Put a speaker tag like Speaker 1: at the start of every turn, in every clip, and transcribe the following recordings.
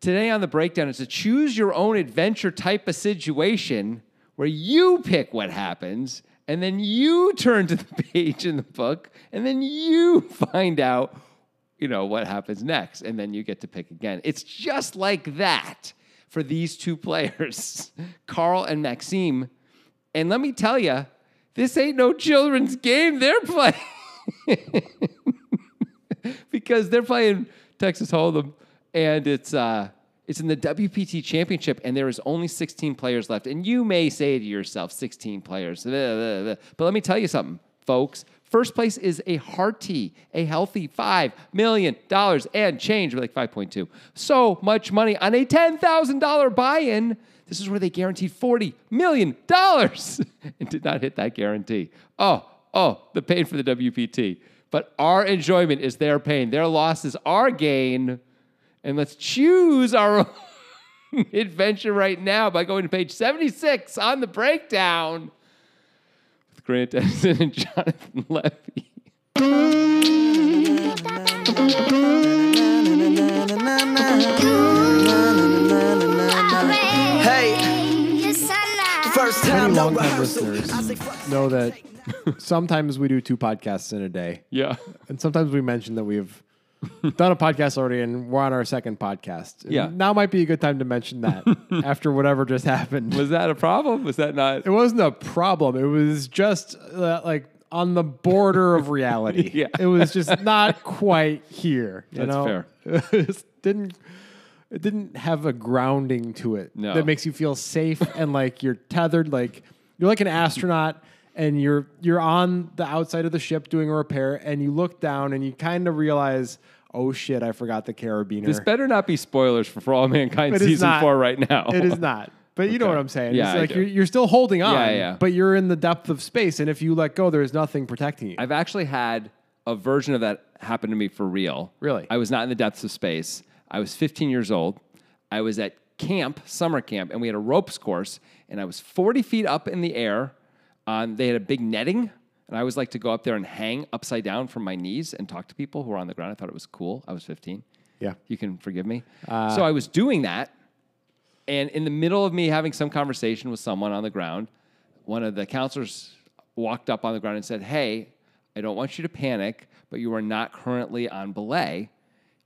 Speaker 1: Today on the breakdown, it's a choose your own adventure type of situation where you pick what happens and then you turn to the page in the book and then you find out, you know, what happens next and then you get to pick again. It's just like that for these two players, Carl and Maxime. And let me tell you, this ain't no children's game they're playing. because they're playing Texas Hold'em and it's uh it's in the WPT championship and there is only 16 players left. And you may say to yourself, 16 players. blah, blah, blah. But let me tell you something, folks. First place is a hearty, a healthy five million dollars and change, like 5.2. So much money on a $10,000 buy-in. This is where they guaranteed 40 million dollars and did not hit that guarantee. Oh, oh, the pain for the WPT. But our enjoyment is their pain. Their loss is our gain. And let's choose our own adventure right now by going to page 76 on the breakdown with Grant Edison and Jonathan Levy.
Speaker 2: First
Speaker 3: Many
Speaker 2: time no
Speaker 3: long-time
Speaker 2: rehearsal.
Speaker 3: listeners
Speaker 2: I say fuck
Speaker 3: know that sometimes we do two podcasts in a day,
Speaker 1: Yeah.
Speaker 3: and sometimes we mention that we've done a podcast already, and we're on our second podcast. And
Speaker 1: Yeah.
Speaker 3: now might be a good time to mention that after whatever just happened.
Speaker 1: Was that a problem? Was that not?
Speaker 3: it wasn't a problem. It was just uh, like on the border of reality.
Speaker 1: Yeah.
Speaker 3: It was just not quite here. You
Speaker 1: That's
Speaker 3: know?
Speaker 1: fair.
Speaker 3: It just didn't it didn't have a grounding to it
Speaker 1: No.
Speaker 3: that makes you feel safe and like you're tethered like you're like an astronaut and you're you're on the outside of the ship doing a repair and you look down and you kind of realize oh shit I forgot the carabiner
Speaker 1: This better not be spoilers for For All Mankind
Speaker 3: It is
Speaker 1: season
Speaker 3: not.
Speaker 1: four right now.
Speaker 3: it is not. But you know
Speaker 1: Okay.
Speaker 3: what I'm saying.
Speaker 1: Yeah,
Speaker 3: it's
Speaker 1: I
Speaker 3: like
Speaker 1: do.
Speaker 3: you're, you're still holding on,
Speaker 1: Yeah, yeah.
Speaker 3: but you're in the depth of space. And if you let go, there's nothing protecting you.
Speaker 1: I've actually had a version of that happen to me for real.
Speaker 3: Really?
Speaker 1: I was not in the depths of space. I was 15 years old. I was at camp, summer camp, and we had a ropes course, and I was 40 feet up in the air. On they had a big netting, and I always like to go up there and hang upside down from my knees and talk to people who were on the ground. I thought it was cool. I was 15.
Speaker 3: Yeah.
Speaker 1: You can forgive me. so I was doing that, and in the middle of me having some conversation with someone on the ground, one of the counselors walked up on the ground and said, Hey, I don't want you to panic, but you are not currently on belay.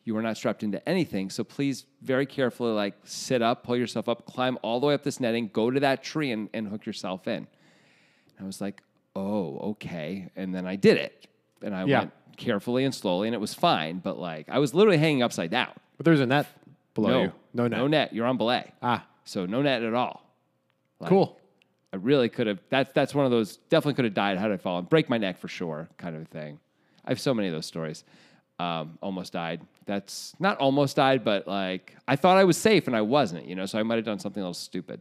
Speaker 1: You are not strapped into anything. So please very carefully like sit up, pull yourself up, climb all the way up this netting, go to that tree and, and hook yourself in. I was like, oh, okay. And then I did it. And I
Speaker 3: Yeah.
Speaker 1: went carefully and slowly, and it was fine. But like, I was literally hanging upside down.
Speaker 3: but there's a net below you. No net.
Speaker 1: No net. You're on belay.
Speaker 3: Ah,
Speaker 1: So no net at all. Like,
Speaker 3: cool.
Speaker 1: I really could have. That's that's one of those. Definitely could have died had I fallen. Break my neck for sure, kind of a thing. I have so many of those stories. Um, almost died. That's not almost died, but like I thought I was safe and I wasn't. You know, so I might have done something a little stupid,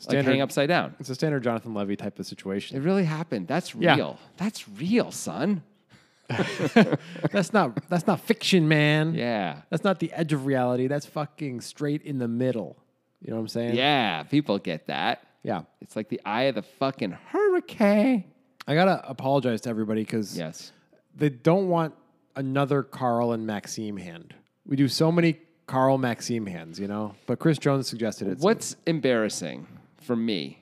Speaker 1: like
Speaker 3: Standard-
Speaker 1: hang upside down.
Speaker 3: It's a standard Jonathan Levy type of
Speaker 1: It
Speaker 3: situation.
Speaker 1: really happened. That's
Speaker 3: Yeah.
Speaker 1: real. That's real, son.
Speaker 3: that's not that's not fiction, man.
Speaker 1: Yeah.
Speaker 3: That's not the edge of reality. That's fucking straight in the middle. You know what I'm saying?
Speaker 1: Yeah. People get that.
Speaker 3: Yeah.
Speaker 1: It's like the eye of the fucking hurricane.
Speaker 3: I gotta apologize to everybody because
Speaker 1: Yes.
Speaker 3: they don't want another Carl and Maxime hand. We do so many Carl Maxime hands, you know. But Chris Jones suggested it. so-
Speaker 1: What's embarrassing for me?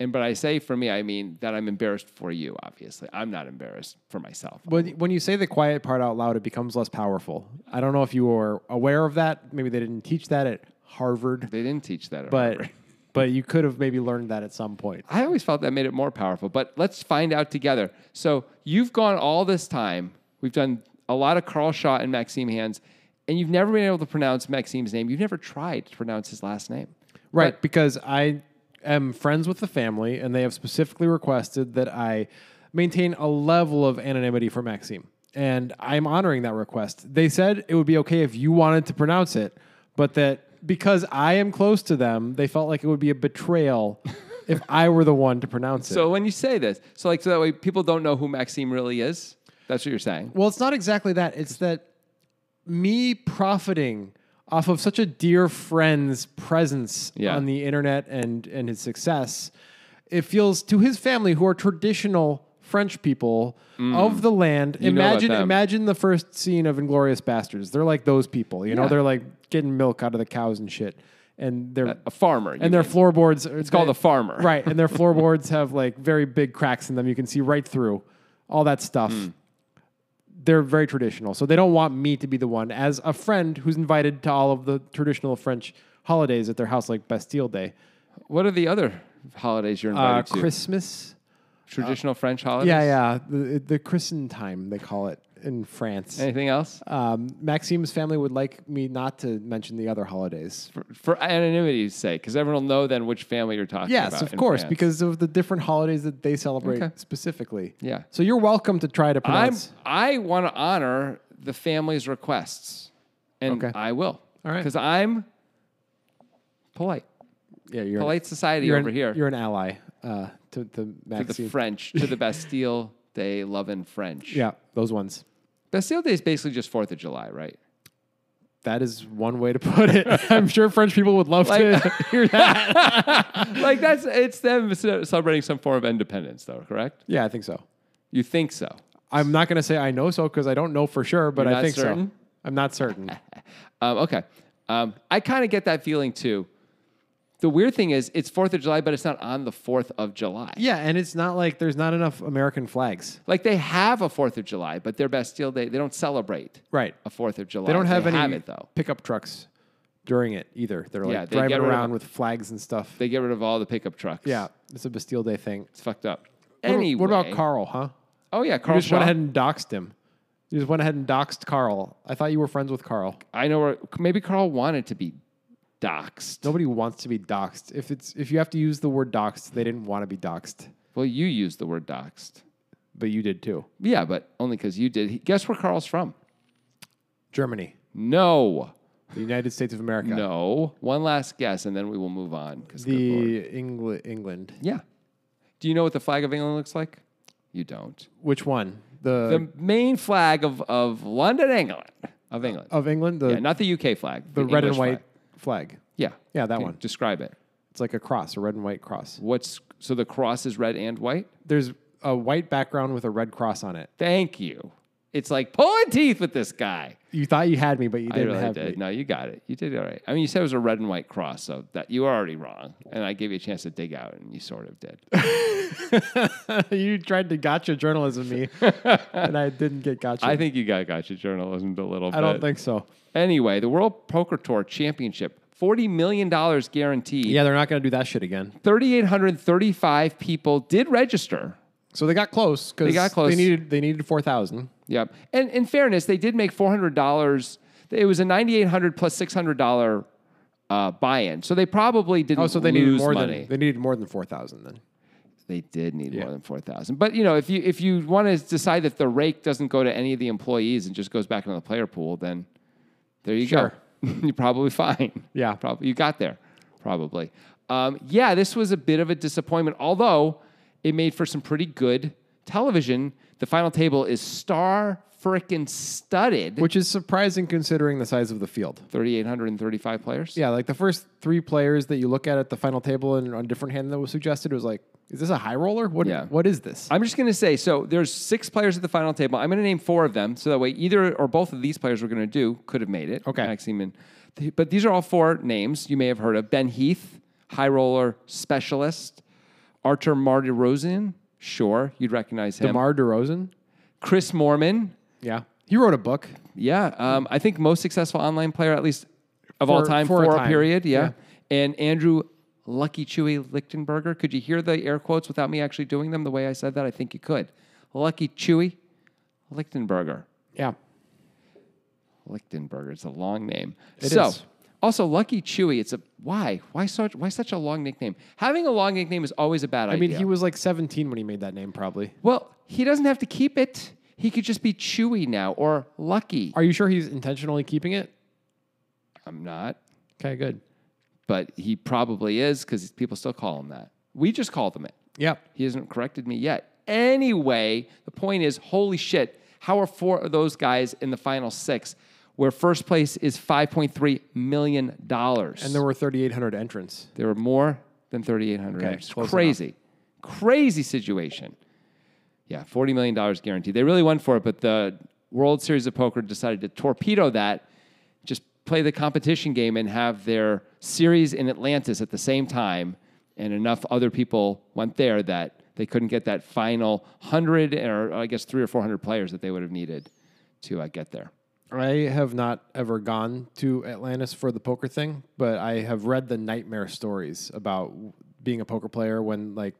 Speaker 1: And but I say for me, I mean that I'm embarrassed for you, obviously. I'm not embarrassed for myself.
Speaker 3: When, when you say the quiet part out loud, it becomes less powerful. I don't know if you were aware of that. Maybe they didn't teach that at Harvard,
Speaker 1: They didn't teach that at
Speaker 3: but
Speaker 1: Harvard.
Speaker 3: but you could have maybe learned that at some point.
Speaker 1: I always felt that made it more powerful, but let's find out together. So you've gone all this time. We've done a lot of Carl Shaw and Maxime Hands, and you've never been able to pronounce Maxime's name. You've never tried to pronounce his last name.
Speaker 3: Right, because I am friends with the family, and they have specifically requested that I maintain a level of anonymity for Maxime, and I'm honoring that request. They said it would be okay if you wanted to pronounce it, but that because I am close to them, they felt like it would be a betrayal if I were the one to pronounce it.
Speaker 1: So when you say this, so like so that way people don't know who Maxime really is. That's what you're saying.
Speaker 3: Well, it's not exactly that. It's that me profiting off of such a dear friend's presence
Speaker 1: Yeah.
Speaker 3: on the internet and and his success, it feels to his family who are traditional French people of the land.
Speaker 1: Mm. know about
Speaker 3: imagine,
Speaker 1: them.
Speaker 3: imagine the first scene of Inglorious Bastards. They're like those people, you know.
Speaker 1: Yeah.
Speaker 3: They're like getting milk out of the cows and shit, and they're
Speaker 1: A farmer. you
Speaker 3: and their
Speaker 1: mean.
Speaker 3: floorboards. It's
Speaker 1: called a farmer.
Speaker 3: right? And their floorboards have like very big cracks in them. You can see right through all that stuff.
Speaker 1: Hmm.
Speaker 3: They're very traditional, so they don't want me to be the one as a friend who's invited to all of the traditional French holidays at their house, like Bastille Day,
Speaker 1: What are the other holidays you're
Speaker 3: uh,
Speaker 1: invited to?
Speaker 3: Christmas.
Speaker 1: Traditional French holidays?
Speaker 3: Yeah, yeah, the, the christen time they call it in France.
Speaker 1: Anything else?
Speaker 3: Um, Maxime's family would like me not to mention the other holidays.
Speaker 1: For, for anonymity's sake, because everyone will know then which family you're talking about.
Speaker 3: Yes, of
Speaker 1: in
Speaker 3: course,
Speaker 1: France.
Speaker 3: because of the different holidays that they celebrate
Speaker 1: Okay.
Speaker 3: specifically.
Speaker 1: Yeah.
Speaker 3: So you're welcome to try to
Speaker 1: I'm,
Speaker 3: pronounce.
Speaker 1: I want to honor the family's requests, and
Speaker 3: Okay.
Speaker 1: I will.
Speaker 3: All right.
Speaker 1: Because I'm polite.
Speaker 3: yeah, you're
Speaker 1: Polite society
Speaker 3: you're
Speaker 1: over
Speaker 3: an,
Speaker 1: here.
Speaker 3: You're an ally uh,
Speaker 1: to
Speaker 3: to the
Speaker 1: the
Speaker 3: Maxime.
Speaker 1: French, to the Bastille Day loving French.
Speaker 3: yeah, those ones.
Speaker 1: Bastille Day is basically just 4th of July, right?
Speaker 3: That is one way to put it. I'm sure French people would love to hear that.
Speaker 1: like, that's it's them ce- celebrating some form of independence, though, correct?
Speaker 3: Yeah, I think so.
Speaker 1: You think so.
Speaker 3: I'm not going to say I know so because I don't know for sure, but
Speaker 1: You're
Speaker 3: I
Speaker 1: not
Speaker 3: think so.
Speaker 1: certain?
Speaker 3: I'm not certain.
Speaker 1: Um, okay. Um, I kind of get that feeling, too. The weird thing is, it's 4th of July, but it's not on the 4th of July.
Speaker 3: yeah, and it's not like there's not enough American flags.
Speaker 1: Like they have a Fourth of July, but their Bastille Day they don't celebrate
Speaker 3: Right.
Speaker 1: a Fourth of July.
Speaker 3: They don't have any
Speaker 1: it though.
Speaker 3: pickup trucks during it either. They're
Speaker 1: Yeah,
Speaker 3: like
Speaker 1: they
Speaker 3: driving
Speaker 1: get rid of-
Speaker 3: around with flags and stuff.
Speaker 1: They get rid of all the pickup trucks.
Speaker 3: yeah, it's a Bastille Day thing.
Speaker 1: it's fucked up.
Speaker 3: What-
Speaker 1: Anyway,
Speaker 3: what about Carl? Huh?
Speaker 1: Oh yeah,
Speaker 3: You
Speaker 1: Carl
Speaker 3: just
Speaker 1: Shaw.
Speaker 3: went ahead and doxed him. You just went ahead and doxed Carl. I thought you were friends with Carl.
Speaker 1: I know where. Maybe Carl wanted to be doxxed.
Speaker 3: Nobody wants to be doxed. If it's if you have to use the word doxed, they didn't want to be doxed,
Speaker 1: Well, you used the word doxed.
Speaker 3: but you did too.
Speaker 1: Yeah, but only because you did. He- Guess where Carl's from?
Speaker 3: Germany,
Speaker 1: No,
Speaker 3: the United States of America,
Speaker 1: no. One last guess, and then we will move on. 'cause good Lord.
Speaker 3: the Engl- England.
Speaker 1: yeah. Do you know what the flag of England looks like? You don't.
Speaker 3: Which one? The,
Speaker 1: The main flag of, of London, England, of England.
Speaker 3: of England, the
Speaker 1: Yeah, not the UK flag.
Speaker 3: Uh, the, red
Speaker 1: English
Speaker 3: and white
Speaker 1: flag.
Speaker 3: flag.
Speaker 1: Yeah.
Speaker 3: Yeah, that
Speaker 1: Okay,
Speaker 3: one.
Speaker 1: Describe it.
Speaker 3: It's like a cross, a red and white cross.
Speaker 1: What's so the cross is red and white?
Speaker 3: There's a white background with a red cross on it.
Speaker 1: Thank you. It's like pulling teeth with this guy.
Speaker 3: You thought you had me, but you
Speaker 1: I
Speaker 3: didn't
Speaker 1: really
Speaker 3: have
Speaker 1: did.
Speaker 3: me.
Speaker 1: No, you got it. You did all right. I mean, you said it was a red and white cross, so that you were already wrong. And I gave you a chance to dig out, and you sort of did.
Speaker 3: you tried to gotcha journalism me, and I didn't get gotcha.
Speaker 1: I think you got gotcha journalism a little bit.
Speaker 3: I don't think so.
Speaker 1: Anyway, the World Poker Tour Championship, $40 million guaranteed.
Speaker 3: Yeah, they're not going to do that shit again.
Speaker 1: 3,835 people did register.
Speaker 3: So they got close because
Speaker 1: They got close.
Speaker 3: They needed they needed four thousand.
Speaker 1: Yep. And in fairness, they did make four hundred dollars. It was a ninety eight hundred plus six hundred dollar uh, buy in. So they probably didn't.
Speaker 3: Oh, so they
Speaker 1: lose
Speaker 3: needed more
Speaker 1: money.
Speaker 3: than they needed more than four thousand then.
Speaker 1: They did need more than four thousand. But you know, if you if you want to decide that the rake doesn't go to any of the employees and just goes back into the player pool, then there you
Speaker 3: Sure.
Speaker 1: go. You're probably fine.
Speaker 3: Yeah.
Speaker 1: Probably you got there. Probably. Um, yeah, this was a bit of a disappointment, although it made for some pretty good television. The final table is star frickin' studded.
Speaker 3: Which is surprising considering the size of the field.
Speaker 1: 3,835 players.
Speaker 3: Yeah, like the first three players that you look at at the final table and on different hand that was suggested it was like, is this a high roller? What
Speaker 1: Yeah.
Speaker 3: what is this?
Speaker 1: I'm just going to say so there's six players at the final table. I'm going to name four of them. So that way, either or both of these players we're going to do could have made it.
Speaker 3: Okay.
Speaker 1: Maxime and. th- But these are all four names you may have heard of Ben Heath, high roller specialist. Arthur Marty Rosen, sure, you'd recognize him.
Speaker 3: DeMar DeRozan.
Speaker 1: Chris Mormon,
Speaker 3: Yeah, he wrote a book.
Speaker 1: yeah. Um, I think most successful online player, at least of all
Speaker 3: For-
Speaker 1: time,
Speaker 3: for
Speaker 1: for,
Speaker 3: a
Speaker 1: a,
Speaker 3: time.
Speaker 1: period. Yeah. And Andrew Lucky Chewy Lichtenberger. Could you hear the air quotes without me actually doing them the way I said that? I think you could. Lucky Chewy Lichtenberger.
Speaker 3: Yeah,
Speaker 1: Lichtenberger. It's a long name.
Speaker 3: It
Speaker 1: so,
Speaker 3: is.
Speaker 1: also Lucky Chewy. It's a why? Why such? Why such a long nickname? Having a long nickname is always a bad
Speaker 3: I
Speaker 1: idea.
Speaker 3: mean he was like 17 when he made that name probably.
Speaker 1: well, he doesn't have to keep it. He could just be Chewy now or Lucky.
Speaker 3: Are you sure he's intentionally keeping it?
Speaker 1: I'm not.
Speaker 3: Okay, good.
Speaker 1: but he probably is because people still call him that. We just called him it.
Speaker 3: Yeah,
Speaker 1: He hasn't corrected me yet. Anyway, the point is, holy shit, how are four of those guys in the final six, where first place is five point three million dollars?
Speaker 3: and there were 3,800 entrants.
Speaker 1: there were more than thirty eight hundred.
Speaker 3: Okay,
Speaker 1: it's
Speaker 3: close
Speaker 1: crazy, crazy situation. Yeah, $40 million guaranteed. They really went for it, but the World Series of Poker decided to torpedo that, just play the competition game and have their series in Atlantis at the same time. And enough other people went there that they couldn't get that final 100 or I guess three or 400 players that they would have needed to uh, get there.
Speaker 3: I have not ever gone to Atlantis for the poker thing, but I have read the nightmare stories about w- being a poker player when like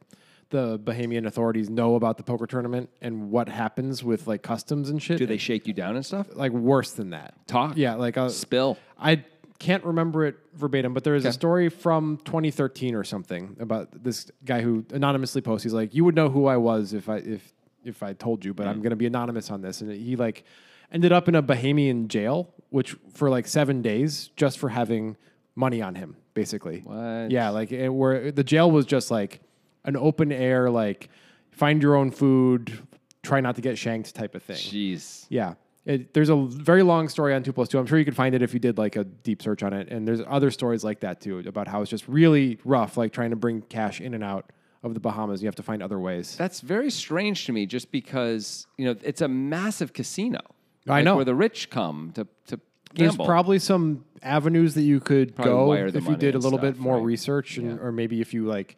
Speaker 3: the Bahamian authorities know about the poker tournament and what happens with like customs and shit.
Speaker 1: Do they shake you down and stuff?
Speaker 3: like worse than that?
Speaker 1: Talk?
Speaker 3: Yeah, like uh,
Speaker 1: Spill.
Speaker 3: I can't remember it verbatim, but there is a story from 2013 or something about this guy who anonymously posts. He's like, "You would know who I was if I if if I told you, but
Speaker 1: Mm.
Speaker 3: I'm going to be anonymous on this." And he like ended up in a Bahamian jail, which for like seven days, just for having money on him, basically.
Speaker 1: What?
Speaker 3: Yeah, like it, where the jail was just like an open air, like find your own food, try not to get shanked type of thing.
Speaker 1: Jeez.
Speaker 3: Yeah. It, there's a l- very long story on 2 plus 2. I'm sure you could find it if you did like a deep search on it. And there's other stories like that too about how it's just really rough, like trying to bring cash in and out of the Bahamas. You have to find other ways.
Speaker 1: That's very strange to me just because, you know, it's a massive casino.
Speaker 3: I know.
Speaker 1: Where the rich come to, to
Speaker 3: there's
Speaker 1: gamble.
Speaker 3: probably some avenues that you could
Speaker 1: Probably
Speaker 3: go
Speaker 1: wire the
Speaker 3: if you
Speaker 1: money
Speaker 3: did a
Speaker 1: and
Speaker 3: little
Speaker 1: stuff,
Speaker 3: bit more
Speaker 1: right?
Speaker 3: research and, or maybe if you like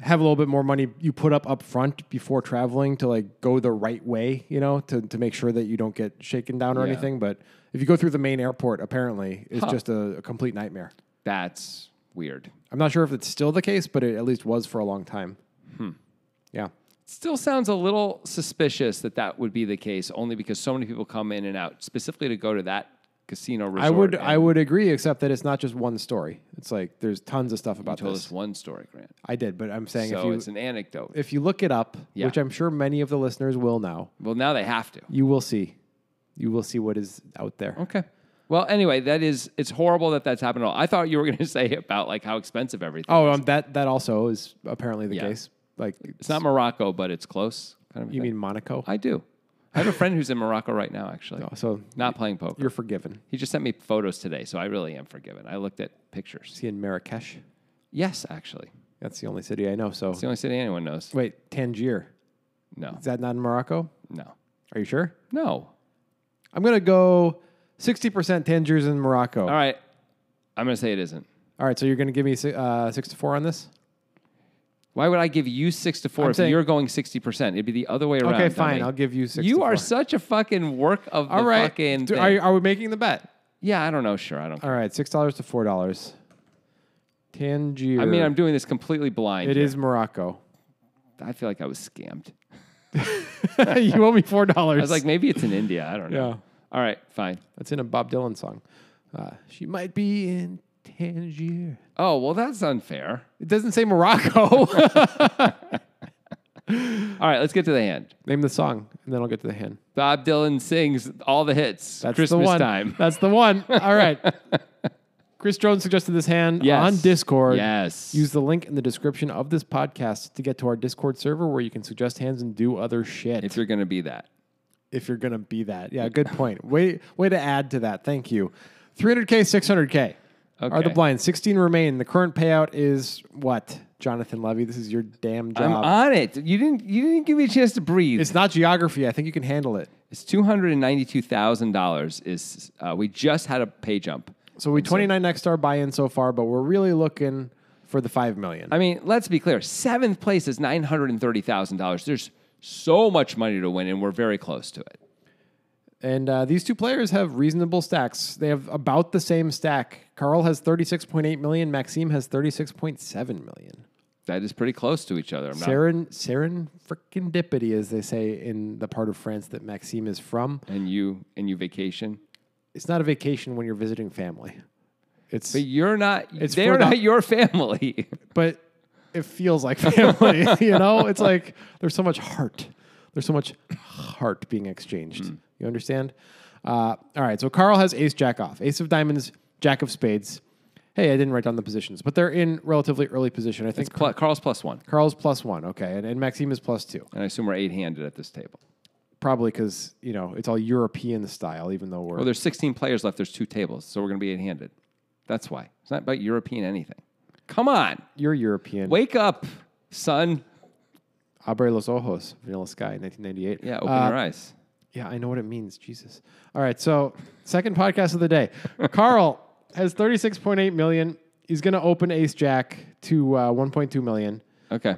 Speaker 3: have a little bit more money you put up up front before traveling to like go the right way you know to, to make sure that you don't get shaken down or
Speaker 1: Yeah.
Speaker 3: anything but if you go through the main airport apparently it's just a, a complete nightmare
Speaker 1: That's weird.
Speaker 3: I'm not sure if it's still the case, but it at least was for a long time.
Speaker 1: Hmm.
Speaker 3: Yeah.
Speaker 1: Still sounds a little suspicious that that would be the case, only because so many people come in and out specifically to go to that casino resort.
Speaker 3: I would
Speaker 1: and
Speaker 3: I would agree, except that it's not just one story. It's like there's tons of stuff about
Speaker 1: told
Speaker 3: this.
Speaker 1: us one story, Grant.
Speaker 3: I did, but I'm saying
Speaker 1: So
Speaker 3: if
Speaker 1: it's
Speaker 3: you
Speaker 1: an anecdote.
Speaker 3: if you look it up,
Speaker 1: Yeah.
Speaker 3: which I'm sure many of the listeners will now,
Speaker 1: well, now they have to.
Speaker 3: you will see. You will see what is out there.
Speaker 1: Okay. Well, anyway, that is it's horrible that that's happened at all. I thought you were going to say about like how expensive everything.
Speaker 3: Oh, um, that that also is apparently the
Speaker 1: Yeah.
Speaker 3: case. Like
Speaker 1: It's not Morocco, but it's close. Kind of. a
Speaker 3: you
Speaker 1: thing.
Speaker 3: mean Monaco? Oh,
Speaker 1: I do. I have a friend who's in Morocco right now, actually.
Speaker 3: so
Speaker 1: not playing poker.
Speaker 3: you're forgiven.
Speaker 1: he just sent me photos today, so I really am forgiven. I looked at pictures.
Speaker 3: Is he in Marrakesh?
Speaker 1: Yes, actually,
Speaker 3: That's the only city I know. So
Speaker 1: it's the only city anyone knows.
Speaker 3: wait, Tangier.
Speaker 1: No,
Speaker 3: Is that not in Morocco?
Speaker 1: no,
Speaker 3: Are you sure?
Speaker 1: no.
Speaker 3: I'm gonna go sixty percent Tangiers in Morocco. All
Speaker 1: All
Speaker 3: right.
Speaker 1: right, I'm going to say it isn't.
Speaker 3: so you're gonna give me si- uh, six to four on this?
Speaker 1: Why would I give you six to 4
Speaker 3: I'm
Speaker 1: if
Speaker 3: saying-
Speaker 1: you're going sixty percent? It'd be the other way around.
Speaker 3: okay, fine.
Speaker 1: dummy.
Speaker 3: I'll give you six.
Speaker 1: You
Speaker 3: to
Speaker 1: are
Speaker 3: four.
Speaker 1: such a fucking work of the
Speaker 3: All right.
Speaker 1: fucking.
Speaker 3: Do-
Speaker 1: thing.
Speaker 3: are, you- are we making the bet?
Speaker 1: yeah, I don't know. Sure, I don't.
Speaker 3: All right, six dollars to four dollars. Tangier.
Speaker 1: I mean, I'm doing this completely blind.
Speaker 3: It
Speaker 1: here.
Speaker 3: is Morocco.
Speaker 1: I feel like I was scammed.
Speaker 3: you owe me four dollars.
Speaker 1: I was like, maybe it's in India. I don't know.
Speaker 3: Yeah.
Speaker 1: All right, fine.
Speaker 3: that's in a Bob Dylan song. Uh, she might be in Tangier.
Speaker 1: Oh well, that's unfair.
Speaker 3: It doesn't say Morocco.
Speaker 1: All right, let's get to the hand.
Speaker 3: Name the song, and then I'll get to the hand.
Speaker 1: Bob Dylan sings all the hits.
Speaker 3: That's
Speaker 1: Christmas
Speaker 3: the one.
Speaker 1: time.
Speaker 3: That's the one. All right. Chris Jones suggested this hand
Speaker 1: Yes.
Speaker 3: on Discord.
Speaker 1: Yes.
Speaker 3: Use the link in the description of this podcast to get to our Discord server where you can suggest hands and do other shit.
Speaker 1: if you're gonna be that.
Speaker 3: If you're gonna be that, yeah, good point. way way to add to that. Thank you. 300k, 600k are
Speaker 1: Okay.
Speaker 3: the blinds. 16 remain. The current payout is what? Jonathan Levy, this is your damn job.
Speaker 1: I'm on it. You didn't. You didn't give me a chance to breathe.
Speaker 3: it's not geography. I think you can handle it.
Speaker 1: It's two hundred and ninety-two thousand dollars. Is uh, we just had a pay jump.
Speaker 3: So we 29 next star buy in so far, but we're really looking for the five million.
Speaker 1: I mean, let's be clear. Seventh place is nine hundred and thirty thousand dollars. There's so much money to win, and we're very close to it.
Speaker 3: And uh, these two players have reasonable stacks. They have about the same stack. Carl has 36.8 million. Maxime has 36.7 million.
Speaker 1: That is pretty close to each other. I'm not,
Speaker 3: Seren, Seren frickin' dippity, as they say in the part of France that Maxime is from.
Speaker 1: and you and you vacation,
Speaker 3: It's not a vacation when you're visiting family. It's
Speaker 1: but
Speaker 3: but,
Speaker 1: you're not.
Speaker 3: It's
Speaker 1: they're
Speaker 3: for the-
Speaker 1: not your family.
Speaker 3: it feels like family. you know, it's like there's so much heart. There's so much heart being exchanged.
Speaker 1: Mm.
Speaker 3: You understand? Uh, all right. So Carl has Ace Jack off, Ace of Diamonds, Jack of Spades. Hey, I didn't write down the positions, but they're in relatively early position. I think
Speaker 1: It's pl- Carl's plus one,
Speaker 3: Carl's plus one, okay, and, and Maxime is plus two.
Speaker 1: and I assume we're eight-handed at this table.
Speaker 3: Probably because you know it's all European style, even though we're
Speaker 1: Well, there's 16 players left. There's two tables, so we're going to be eight-handed. That's why. It's not about European anything. Come on,
Speaker 3: you're European.
Speaker 1: wake up, son.
Speaker 3: Abre los Ojos, Vanilla Sky, 1998.
Speaker 1: Yeah, open
Speaker 3: Uh,
Speaker 1: your eyes.
Speaker 3: Yeah, I know what it means. Jesus. All right, so second podcast of the day. Carl has 36.8 million. He's going to open Ace Jack to uh, 1.2 million.
Speaker 1: Okay.